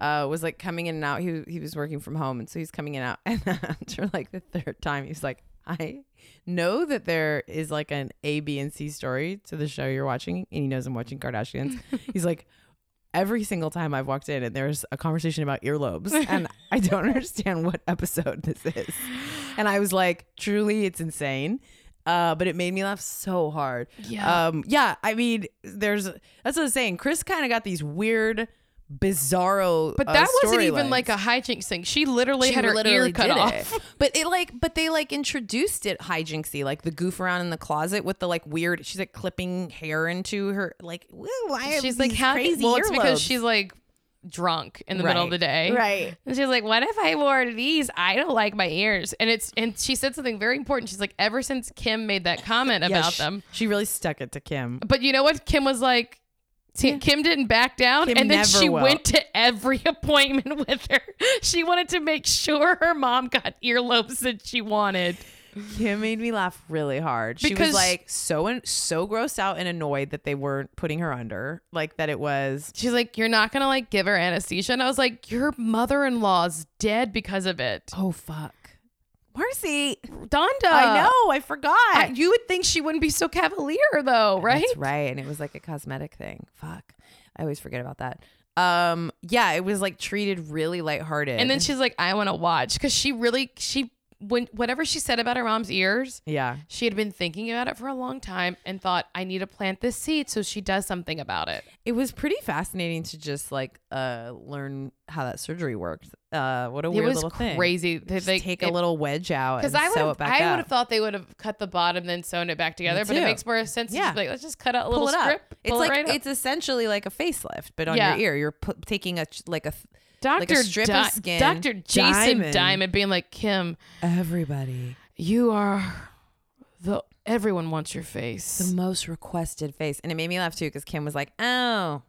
uh, was like coming in and out. He he was working from home, and so he's coming in and out. And after like the third time, he's like, I know that there is like an A, B, and C story to the show you're watching, and he knows I'm watching Kardashians. he's like every single time I've walked in and there's a conversation about earlobes and I don't understand what episode this is. And I was like, truly it's insane. Uh, but it made me laugh so hard. Yeah. Um, yeah. I mean, there's that's what I was saying. Chris kind of got these weird, bizarro. But uh, that wasn't even storylines. like a hijinks thing. She literally She had her literally ear cut did off. it. But it like, but they like introduced it hijinksy, like the goof around in the closet with the like weird. She's like clipping hair into her, like "Woo, why? have She's like, these how? crazy well, it's because earlobes?" she's like drunk in the middle of the day. right? And she's like, "What if I wore these? I don't like my ears." And it's and she said something very important. She's like, "Ever since Kim made that comment Yeah, about sh- them, She really stuck it to Kim. But you know what? Kim was like, Ti- Kim didn't back down, Kim and then never she will. went to every appointment with her. She wanted to make sure her mom got earlobes that she wanted. Kim made me laugh really hard. She Because- was like so an- so grossed out and annoyed that they weren't putting her under, like that it was. She's like, "You're not gonna like give her anesthesia," and I was like, "Your mother-in-law's dead because of it, Oh fuck, Marcy! Oh, Donda." I know, I forgot. Uh, I- you would think she wouldn't be so cavalier, though, right? That's right. And it was like a cosmetic thing. Fuck, I always forget about that. Um, yeah, it was like treated really lighthearted. And then she's like, "I want to watch," because she really she when whatever she said about her mom's ears, Yeah. she had been thinking about it for a long time and thought, I need to plant this seed so she does something about it. It was pretty fascinating to just like uh learn how that surgery worked. Uh what a it weird was little thing. crazy. They, Just they- take it- a little wedge out and I would sew have, it back I would up. have thought they would have cut the bottom then sewn it back together, but it too. makes more sense. to Yeah. just be like let's just cut out a pull little it up. strip. it's pull like it right up. it's essentially like a facelift, but on Yeah. your ear, you're pu- taking a ch- like a th- Doctor strip of skin. Doctor Jason Diamond. Diamond. being like Kim, everybody you are the everyone wants your face. the most requested face, and it made me laugh too because Kim was like, "Oh,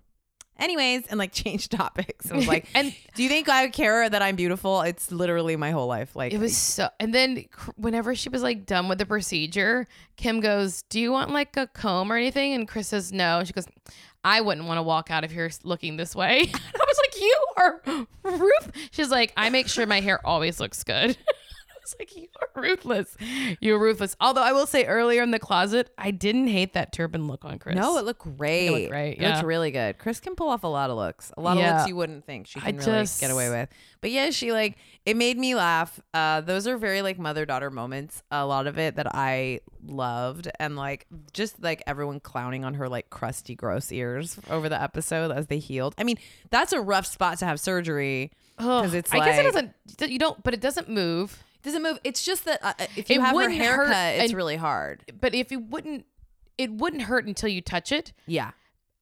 anyways," and like changed topics. And was like, and "Do you think I care that I'm beautiful? It's literally my whole life." Like it was so. And then cr- whenever she was like done with the procedure, Kim goes, "Do you want like a comb or anything?" And Chris says, "No." And she goes, "I wouldn't want to walk out of here looking this way." And I was like, "You are ruth." She's like, "I make sure my hair always looks good." I was Like you are ruthless, you're ruthless. Although I will say, earlier in the closet, I didn't hate that turban look on Chris. No, it looked great. It looked great, It looked yeah. really good. Chris can pull off a lot of looks. A lot of Yeah. looks you wouldn't think she I can really just- get away with. But yeah, she like it made me laugh. Uh, those are very like mother daughter moments. A lot of it that I loved and like just like everyone clowning on her like crusty gross ears over the episode as they healed. I mean, that's a rough spot to have surgery because Ugh. it's I guess it like- doesn't. You don't, but it doesn't move. doesn't move. It's just that uh, if you It have her wouldn't hurt haircut, it's and- really hard. But if you wouldn't, it wouldn't hurt until you touch it. Yeah.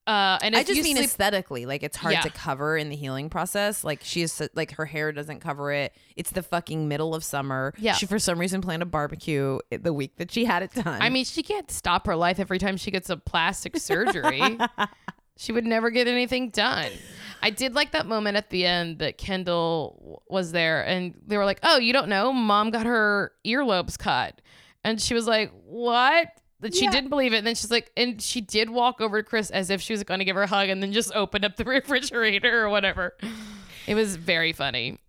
Uh, and if I just you mean sleep, aesthetically, like it's hard Yeah. to cover in the healing process. Like she is so- like her hair doesn't cover it. It's the fucking middle of summer. Yeah. she for some reason planned a barbecue i- the week that she had it done. I mean, she can't stop her life every time she gets a plastic surgery. she would never get anything done. I did like that moment at the end that Kendall w- was there and they were like, "Oh, you don't know? Mom got her earlobes cut." And she was like, "What?" That she Yeah. didn't believe it. And then she's like, and she did walk over to Chris as if she was going to give her a hug and then just opened up the refrigerator or whatever. It was very funny.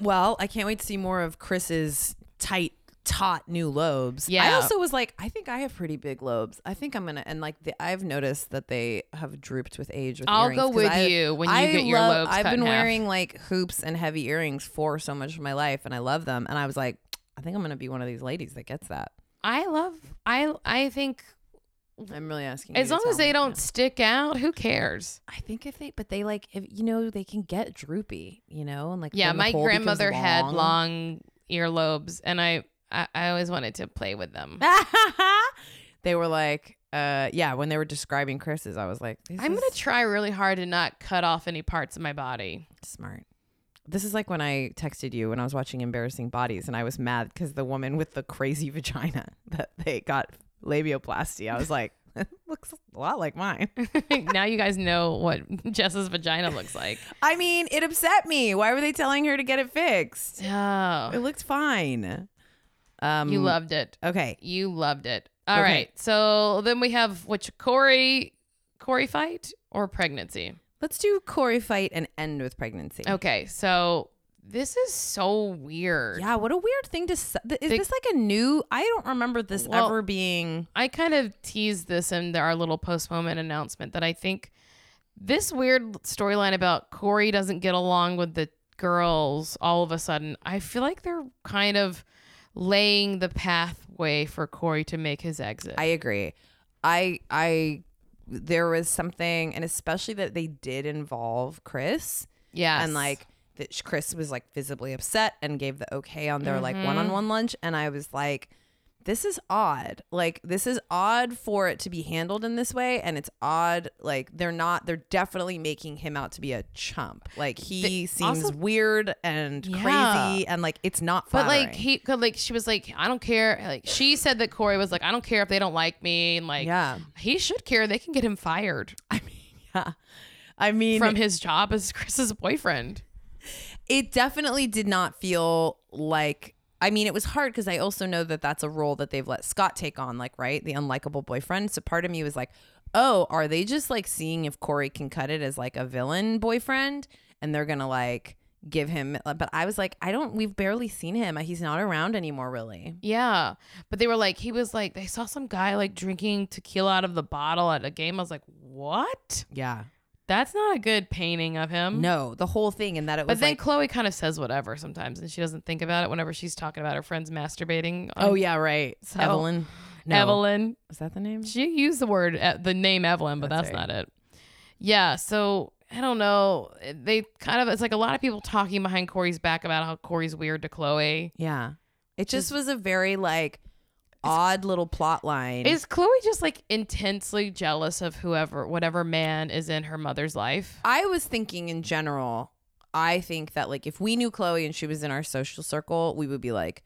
well, I can't wait to see more of Chris's tight, taut new lobes. I Yeah. also was like, I think I have pretty big lobes. I think I'm gonna and like the, I've noticed that they have drooped with age. With I'll earrings, go 'cause with I- you when you I get your love- lobes I've cut been in half. wearing like hoops and heavy earrings for so much of my life, and I love them. And I was like, I think I'm gonna be one of these ladies that gets that. I love, I, I think I'm really asking. you as to long tell as they me. don't stick out, who cares? I think if they, but they like, if you know, they can get droopy, you know, and like Yeah, then the my hole becomes grandmother had long earlobes, and I, I I always wanted to play with them. they were like, uh, yeah, when they were describing Chris's, I was like, this I'm is gonna try really hard to not cut off any parts of my body. smart. This is like when I texted you when I was watching Embarrassing Bodies, and I was mad because the woman with the crazy vagina that they got labioplasty. I was like, looks a lot like mine. now you guys know what Jess's vagina looks like. I mean, it upset me. Why were they telling her to get it fixed? It Oh, looked fine. Um, you loved it. okay. You loved it. All Okay. right. So then we have which Corey, Corey fight or pregnancy. Let's do Corey fight and end with pregnancy. Okay, so this is so weird. Yeah, what a weird thing to. s- th- Is They- this like a new? I don't remember this Well- ever being. I kind of teased this in our little post moment announcement that I think this weird storyline about Corey doesn't get along with the girls all of a sudden, I feel like they're kind of laying the pathway for Corey to make his exit. I agree. I I there was something, and especially that they did involve Chris, yes. and like that sh- Chris was like visibly upset and gave the okay on their like Mm-hmm. one-on-one lunch, and I was like. This is odd. Like this is odd for it to be handled in this way and it's odd like they're not they're definitely making him out to be a chump. Like he seems also- weird and Yeah. crazy and like it's not but flattering. like he could like she was like I don't care like she said that Corey was like I don't care if they don't like me and like Yeah. he should care they can get him fired I mean, yeah. I mean, from his job as Chris's boyfriend. it definitely did not feel like. I mean, it was hard because I also know that that's a role that they've let Scott take on, like, right? The unlikable boyfriend. So part of me was like, oh, are they just like seeing if Corey can cut it as like a villain boyfriend and they're going to like give him. But I was like, I don't, we've barely seen him. He's not around anymore, really. Yeah. But they were like, he was like, they saw some guy like drinking tequila out of the bottle at a game. I was like, what? Yeah. That's not a good painting of him. No, the whole thing, and that it But was then like, Chloe kind of says whatever sometimes, and she doesn't think about it whenever she's talking about her friends masturbating. On oh yeah, right, So- Evelyn. No. Evelyn. is that the name? She used the word, uh, the name Evelyn, but that's, That's not it. Yeah. So I don't know. They kind of, it's like a lot of people talking behind Corey's back about how Corey's weird to Chloe. Yeah, it just was a very like odd little plot line. Is Chloe just like intensely jealous of whoever, whatever man is in her mother's life? I was thinking in general, I think that like if we knew Chloe and she was in our social circle, we would be like,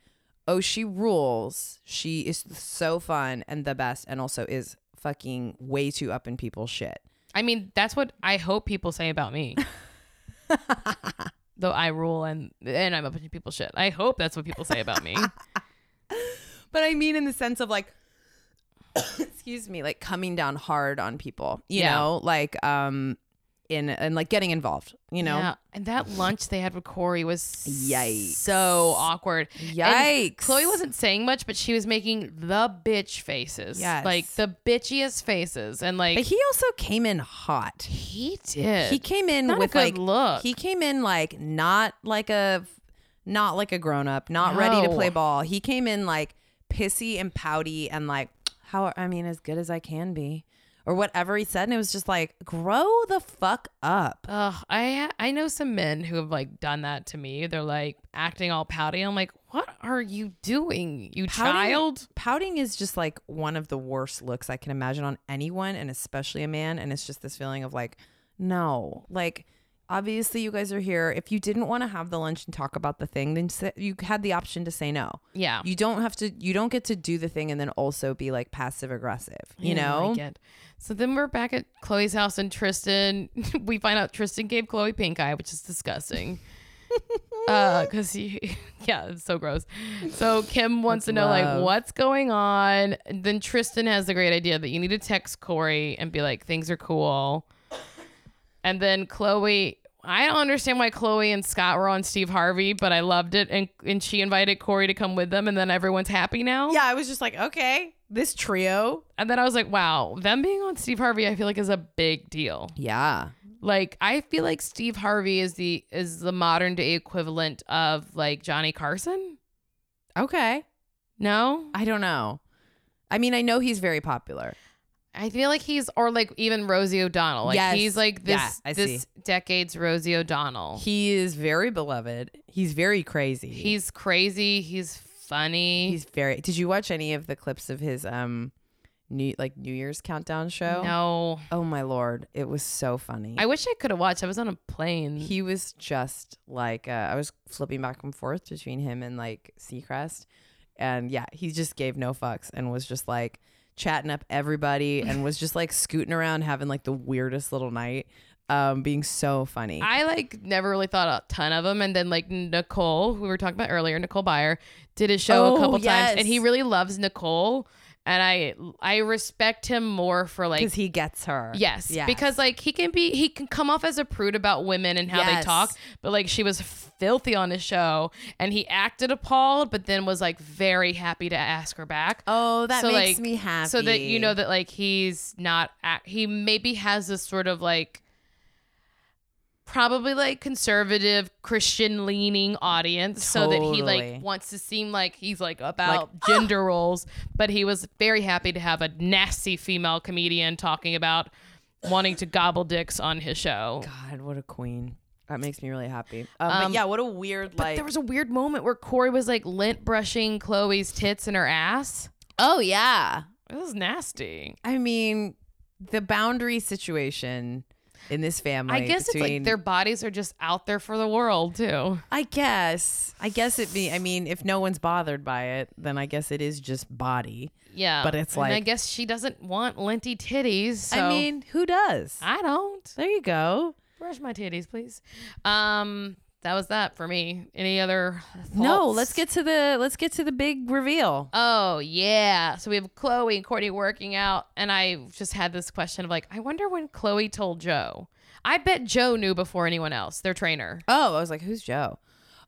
"Oh, she rules. She is so fun and the best and also is fucking way too up in people's shit." I mean, that's what I hope people say about me. Though I rule and and I'm a bunch of people shit. I hope that's what people say about me. But I mean in the sense of like excuse me, like coming down hard on people, you Yeah. know, like um in and like getting involved, you know. Yeah, and that lunch they had with Corey was Yikes. so awkward. And Yikes. Chloe wasn't saying much, but she was making the bitch faces. Yes. Like the bitchiest faces. And like But he also came in hot. he did. He came in Not a with good like look. He came in like not like a not like a grown up, not ready to No. play ball. He came in like pissy and pouty and like how I mean as good as I can be or whatever he said and it was just like grow the fuck up. Ugh, I I know some men who have like done that to me. They're like acting all pouty. I'm like, what are you doing, you Pouting- child? Pouting is just like one of the worst looks I can imagine on anyone and especially a man and it's just this feeling of like no, like obviously you guys are here. If you didn't want to have the lunch and talk about the thing, then say, you had the option to say no. Yeah, you don't have to you don't get to do the thing and then also be like passive aggressive you I know don't like it. So then we're back at Chloe's house, and Tristan. We find out Tristan gave Chloe pink eye, which is disgusting. Uh, cause he, yeah, it's so gross. So Kim wants to know like love. what's going on. And then Tristan has the great idea that you need to text Corey and be like things are cool. And then Chloe, I don't understand why Chloe and Scott were on Steve Harvey, but I loved it, and and she invited Corey to come with them, and then everyone's happy now. yeah i was just like okay this trio And then I was like, wow, them being on Steve Harvey, I feel like is a big deal. yeah Like I feel like Steve Harvey is the is the modern day equivalent of like Johnny Carson. okay No, i don't know i mean i know he's very popular I feel like he's or like even Rosie O'Donnell. Like Yes. he's like this Yeah, I this see. decade's Rosie O'Donnell. he is very beloved he's very crazy he's crazy. He's funny. he's very did you watch any of the clips of his um new like new year's countdown show no, oh my lord it was so funny I wish I could have watched. I was on a plane. he was just like uh, I was flipping back and forth between him and like Seacrest, and yeah, he just gave no fucks and was just like chatting up everybody and was just like scooting around having like the weirdest little night, um, being so funny. I like never really thought a ton of him, and then like Nicole, who we were talking about earlier, Nicole Byer did his show a Oh, couple times, yes. and he really loves Nicole, and I I respect him more for like because he gets her. yes, Yes. because like he can be he can come off as a prude about women and how Yes. they talk, but like she was filthy on his show, and he acted appalled, but then was like very happy to ask her back. Oh, that So, like, makes me happy. So that you know that like he's not act- he maybe has this sort of like probably like conservative Christian leaning audience so that he Totally. "Ah!" like wants to seem like he's like about gender roles but he was very happy to have a nasty female comedian talking about wanting to gobble dicks on his show. God, what a queen. That makes me really happy. Um, but Um, yeah, what a weird like. There was a weird moment where Corey was like lint brushing Chloe's tits and her ass. oh yeah, It was nasty. I mean the boundary situation in this family. I guess it's like between- their bodies are just out there for the world too. I guess. I guess it be. I mean, if no one's bothered by it, then I guess it is just body. Yeah. But it's And I like- guess she doesn't want linty titties. so- I mean, who does? I don't. there you go. Brush my titties, please. Um, that was that for me. Any other thoughts? No, let's get to the let's get to the big reveal. Oh yeah. So we have Chloe and Courtney working out, and I just had this question of like, I wonder when Chloe told Joe. I bet Joe knew before anyone else, their trainer. Oh, I was like, who's Joe?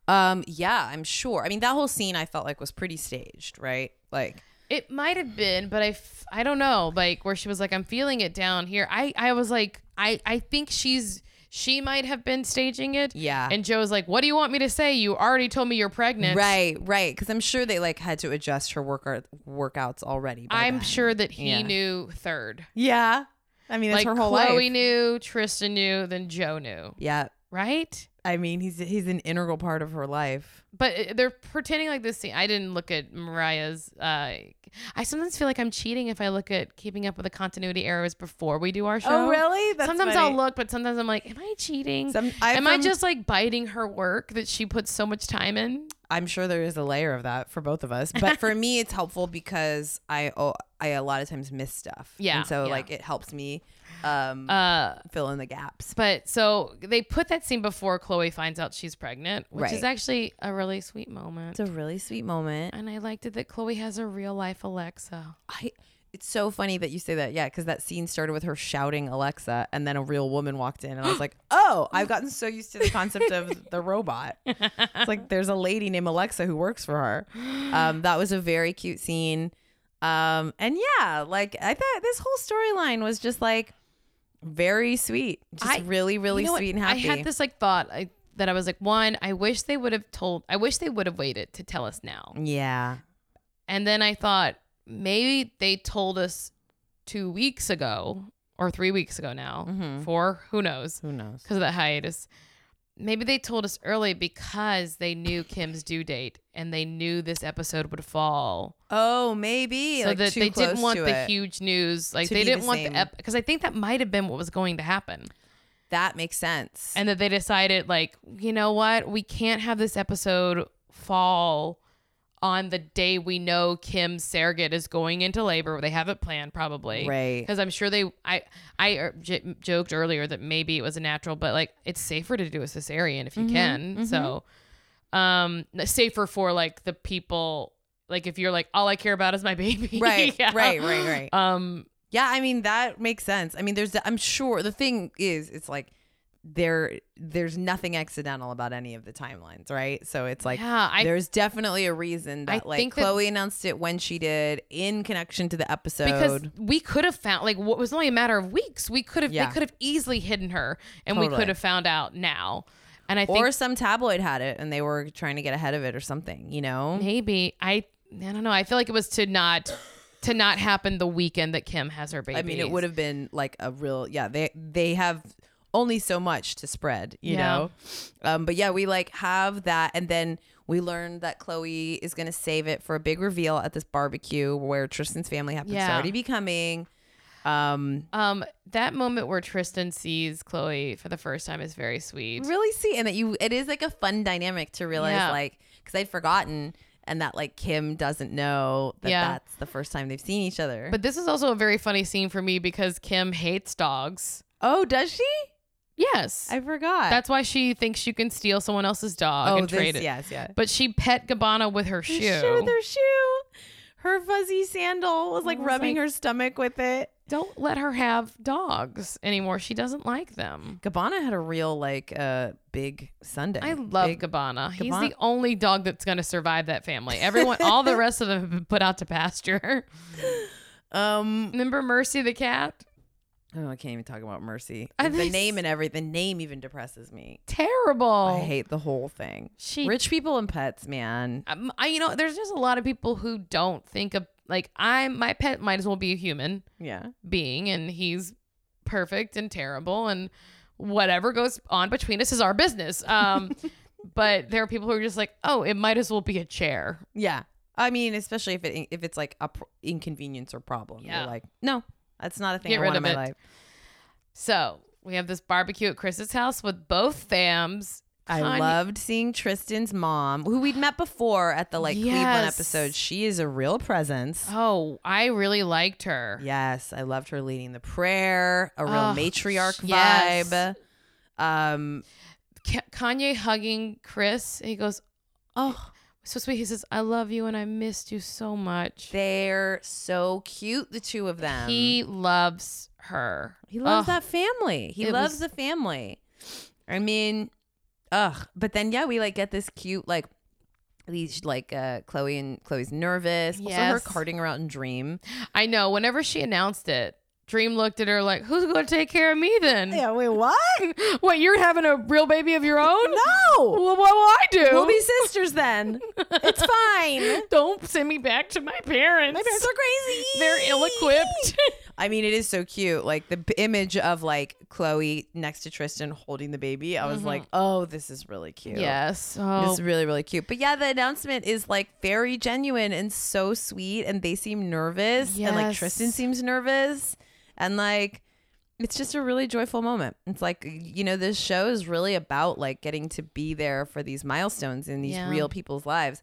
Um, yeah, I'm sure. I mean, that whole scene I felt like was pretty staged, right? Like It might have been, but I, f- I don't know. Like where she was like, I'm feeling it down here. I, I was like, I, I think she's, she might have been staging it. Yeah. And Joe's like, what do you want me to say? You already told me you're pregnant. Right, right. Because I'm sure they like had to adjust her work workouts already. by I'm then. sure that he Yeah. knew third. Yeah. I mean, that's like her whole Chloe life. knew, Tristan knew, then Joe knew. yeah. Right? I mean, he's he's an integral part of her life. But uh, they're pretending like this scene. I didn't look at Mariah's. Uh, I sometimes feel like I'm cheating if I look at Keeping Up with the Continuity Errors before we do our show. Oh, really? That's sometimes I'll look, but sometimes I'm like, am I cheating? Some, I, am I just like biting her work that she puts so much time in? I'm sure there is a layer of that for both of us, but for me, it's helpful because I oh, I a lot of times miss stuff. Yeah, and so yeah. like it helps me um, Uh, fill in the gaps. but so they put that scene before Chloe finds out she's pregnant, which is Right. actually a really sweet moment. It's a really sweet moment. and I liked it that Chloe has a real life Alexa. I. It's so funny that you say that, yeah, because that scene started with her shouting Alexa, and then a real woman walked in, and I was like, oh, I've gotten so used to the concept of the robot. It's like there's a lady named Alexa who works for her. Um, that was a very cute scene. Um, and yeah, like I thought this whole storyline was just like very sweet, I- just really, really You know what? sweet and happy. I had this like thought I, that I was like, one, I wish they would have told, I wish they would have waited to tell us now. yeah, And then I thought maybe they told us two weeks ago or three weeks ago now, Mhm. four, who knows, who knows? because of that hiatus. Maybe they told us early because they knew Kim's due date and they knew this episode would fall. Oh, maybe so like that too they didn't close want to the it. huge news. Like To they be didn't the want same. the ep because I think that might have been what was going to happen. That makes sense. and that they decided like you know what we can't have this episode fall on the day we know Kim surrogate is going into labor they have it planned probably right. because I'm sure they I I er, j- joked earlier that maybe it was a natural but like it's safer to do a cesarean if you Mhm, can mhm. so um safer for like the people like if you're like all I care about is my baby Right, Yeah. right, right, right. um Yeah, I mean that makes sense. I mean, there's I'm sure the thing is it's like there there's nothing accidental about any of the timelines, right? So it's like yeah I there's definitely a reason that I like think that- Chloe announced it when she did in connection to the episode. because we could have found like what was only a matter of weeks. We could have Yeah. they could have easily hidden her, and we Totally. could have found out now. And I or think some tabloid had it and they were trying to get ahead of it or something, you know? maybe I I don't know. I feel like it was to not to not happen the weekend that Kim has her baby. I mean, it would have been like a real yeah. They they have only so much to spread, you Yeah. know. Um, but yeah, we like have that, and then we learned that Chloe is gonna save it for a big reveal at this barbecue where Tristan's family happens to Yeah. already be coming. Um, Um, that moment where Tristan sees Chloe for the first time is very sweet. really see, and that you it is like a fun dynamic to realize Yeah. like because I'd forgotten. And that like Kim doesn't know that Yeah. that's the first time they've seen each other. But this is also a very funny scene for me because Kim hates dogs. oh, does she? Yes, I forgot. that's why she thinks you can steal someone else's dog oh, and this, trade it. yes, yeah. But she pet Gabbana with her shoe. Her shoe, their shoe. Her fuzzy sandal was like I was rubbing like- her stomach with it. don't let her have dogs anymore. She doesn't like them. Gabbana had a real like uh big Sunday. I love Big- Gabbana. He's Gabbana- the only dog that's going to survive that family. Everyone, all the rest of them have been put out to pasture. um Remember Mercy the cat? oh, I can't even talk about Mercy. I the think- name and everything. The name even depresses me. Terrible. I hate the wole thing. she. Rich people and pets, man. Um, I, you know, there's just a lot of people who don't think of like I'm. My pet might as well be a human Yeah. being, and he's perfect and terrible, and whatever goes on between us is our business. Um, but there are people who are just like, oh, it might as well be a chair. Yeah. I mean, especially if it if it's like a pr- inconvenience or problem. Yeah. You're like, no, that's not a thing Get I rid want of in my it. life. So we have this barbecue at Chris's house with both fams. I Kanye- loved seeing Tristan's mom, who we'd met before at the like Cleveland Yes. episode. She is a real presence. Oh, I really liked her. Yes, I loved her leading the prayer, a real Oh, matriarch sh- yes. vibe. Um, Ka- Kanye hugging Chris. He goes, "Oh, so sweet." He says, "I love you and I missed you so much." they're so cute, the two of them. he loves her. He loves Ugh. that family. He It loves was- the family. I mean, ugh. But then yeah, we like get this cute like these like uh, Chloe and Chloe's nervous. Yes. Also, her carting her out in Dream. I know. Whenever she announced it, Dream looked at her like, "Who's going to take care of me then? wait, what? What you're having a real baby of your own? No, Well, what will I do? we'll be sisters then. it's fine. Don't send me back to my parents. My parents are crazy. They're ill-equipped. I mean, it is so cute. Like the p- image of like Chloe next to Tristan holding the baby. I was like, oh, this is really cute. yes. This Oh. is really, really cute. But yeah, the announcement is like very genuine and so sweet. And they seem nervous. And like Yes. Tristan seems nervous. And like, it's just a really joyful moment. It's like, you know, this show is really about like getting to be there for these milestones in these Yeah. real people's lives.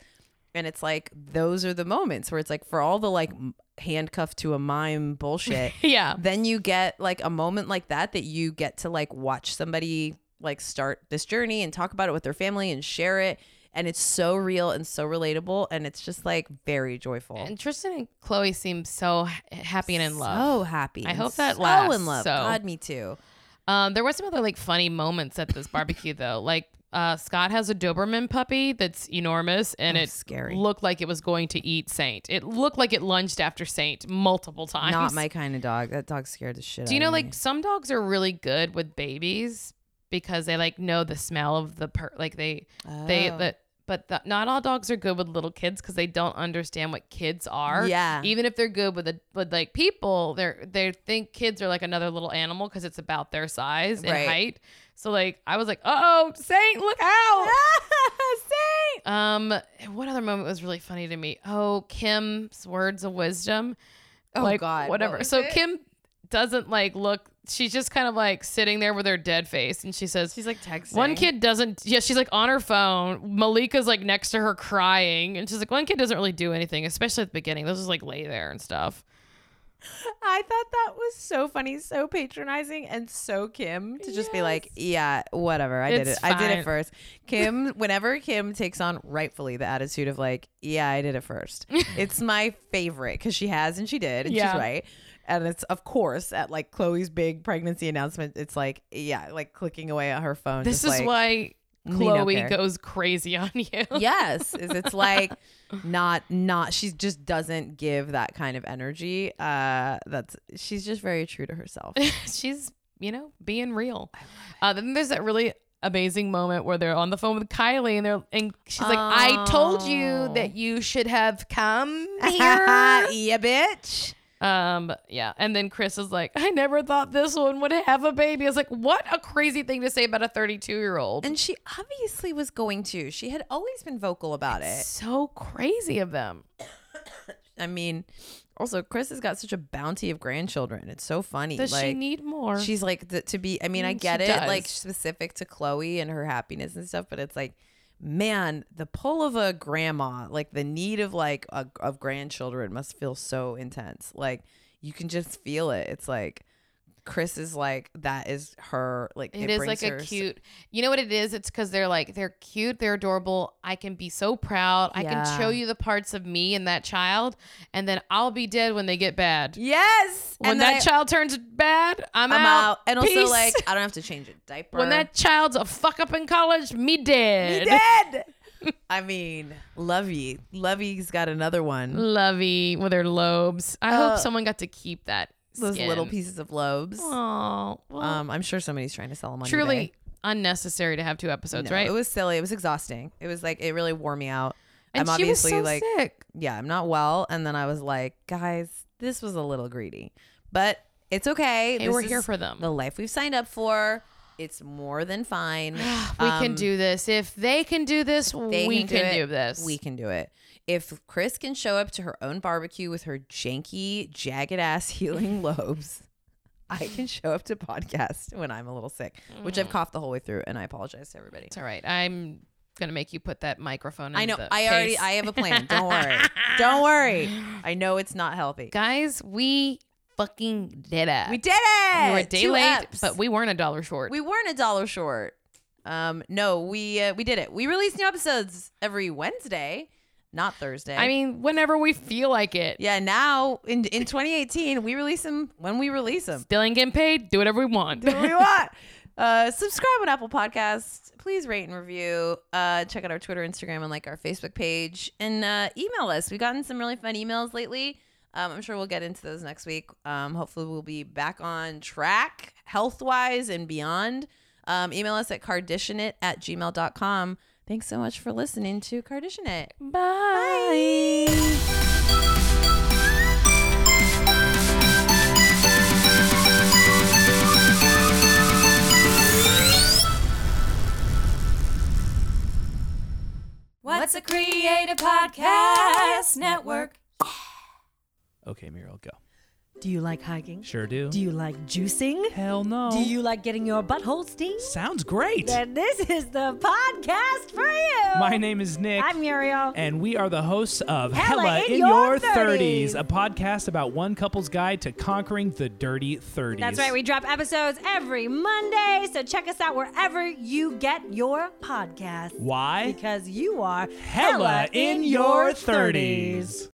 And it's like, those are the moments where it's like, for all the like m- handcuffed to a mime bullshit, yeah. then you get like a moment like that that you get to like watch somebody like start this journey and talk about it with their family and share it and it's so real and so relatable and it's just like very joyful And Tristan and Chloe seem so ha- happy and in love. so happy I and hope that so lasts, in love so. god me too Um, there was some other like funny moments at this barbecue though. Like uh, Scott has a Doberman puppy that's enormous, and Oh, it scary. looked like it was going to eat Saint. It looked like it lunged after Saint multiple times. not my kind of dog that dog scared the shit Do you out know of me. like some dogs are really good with babies because they like know the smell of the per like they they Oh. the, but the, not all dogs are good with little kids because they don't understand what kids are. Yeah. Even if they're good with a, with like people, they're they think kids are like another little animal because it's about their size and Right. height. So like I was like, oh, Saint, look out! Saint! Um, what other moment was really funny to me? Oh, Kim's words of wisdom. Oh, like, God, what whatever. was so it? Kim doesn't like look. She's just kind of like sitting there with her dead face, and she says, she's like texting "One kid doesn't." Yeah, she's like on her phone. Malika's like next to her crying, and she's like, "One kid doesn't really do anything, especially at the beginning. They'll just like lay there and stuff." I thought that was so funny, so patronizing, and so Kim to just be like, yeah, whatever. I did it. It's I did fine." it first. Kim, whenever Kim takes on rightfully the attitude of like, yeah, I did it first, it's my favorite because she has and she did, and Yeah. she's right. And it's, of course, at like Chloe's big pregnancy announcement, it's like, yeah, like clicking away at her phone. This just is like, why me no Chloe care. goes crazy on you. yes is it's like not not she just doesn't give that kind of energy uh that's she's just very true to herself she's you know being real uh, then there's that really amazing moment where they're on the phone with kylie and they're and she's like i told you Oh. that you should have come here yeah, bitch. um yeah and then chris is like i never thought this one would have a baby i was like what a crazy thing to say about a 32 year old And she obviously was going to. She had always been vocal about it. so crazy of them I mean, also Chris has got such a bounty of grandchildren. It's so funny. does like she need more she's like th- to be. I mean, I Mm, she get it. Like does. specific to Chloe and her happiness and stuff, but it's like, man, the pull of a grandma, like the need of like a, of grandchildren, must feel so intense. Like you can just feel it. It's like. Chris is like that is her like it is like brings a her so- cute you know what it is it's because they're like they're cute they're adorable i can be so proud i Yeah. can show you the parts of me and that child and then i'll be dead when they get bad yes when that then I- child turns bad i'm, I'm out. out. And also, Peace. like, I don't have to change a diaper. when that child's a fuck up in college me He dead, dead. I mean, Lovey. Lovey's got another one. lovey with her lobes i Uh, hope someone got to keep that Those little pieces. pieces of lobes. oh Um, I'm sure somebody's trying to sell them on truly eBay. unnecessary to have two episodes No, right It was silly. It was exhausting. It was like it really wore me out. and I'm she was obviously so like, sick yeah, I'm not well. And then I was like, guys, this was a little greedy, but it's okay. hey This we're here is for them the life we've signed up for. It's more than fine. Um, we we can do this. If they can do this, they we can do can do, it. this. We can do it. If Chris can show up to her own barbecue with her janky, jagged ass healing lobes, I can show up to podcast when I'm a little sick, which Mm. I've coughed the whole way through, and I apologize to everybody. It's all right. I'm gonna make you put that microphone. In I know. the I already. case. I have a plan. Don't worry. Don't worry. I know it's not healthy. Guys, we fucking did it. We did it. We were a day Two late, eps. but we weren't a dollar short. we weren't a dollar short. Um, no, we uh, we did it. We release new episodes every Wednesday, not Thursday. I mean, whenever we feel like it. Yeah, now in in 2018, we release them when we release them. Still ain't getting paid. Do whatever we want. Do what we want. Uh, subscribe on Apple Podcasts. Please rate and review. Uh, check out our Twitter, Instagram, and like our Facebook page. And uh, email us. We've gotten some really fun emails lately. Um, I'm sure we'll get into those next week. Um, hopefully, we'll be back on track health wise and beyond. Um, email us at carditionit at gmail.com. Thanks so much for listening to Cardition It. Bye. What's a creative podcast network? Okay, Muriel, go. Do you like hiking? Sure do. Do you like juicing? Hell no. Do you like getting your butthole steamed? Sounds great. Oh. Then this is the podcast for you. My name is Nick. I'm Muriel. and we are the hosts of Hella in Your 30s, a podcast about one couple's guide to conquering the dirty 30s. That's right. We drop episodes every Monday, so check us out wherever you get your podcast. Why? Because you are Hella in your 30s.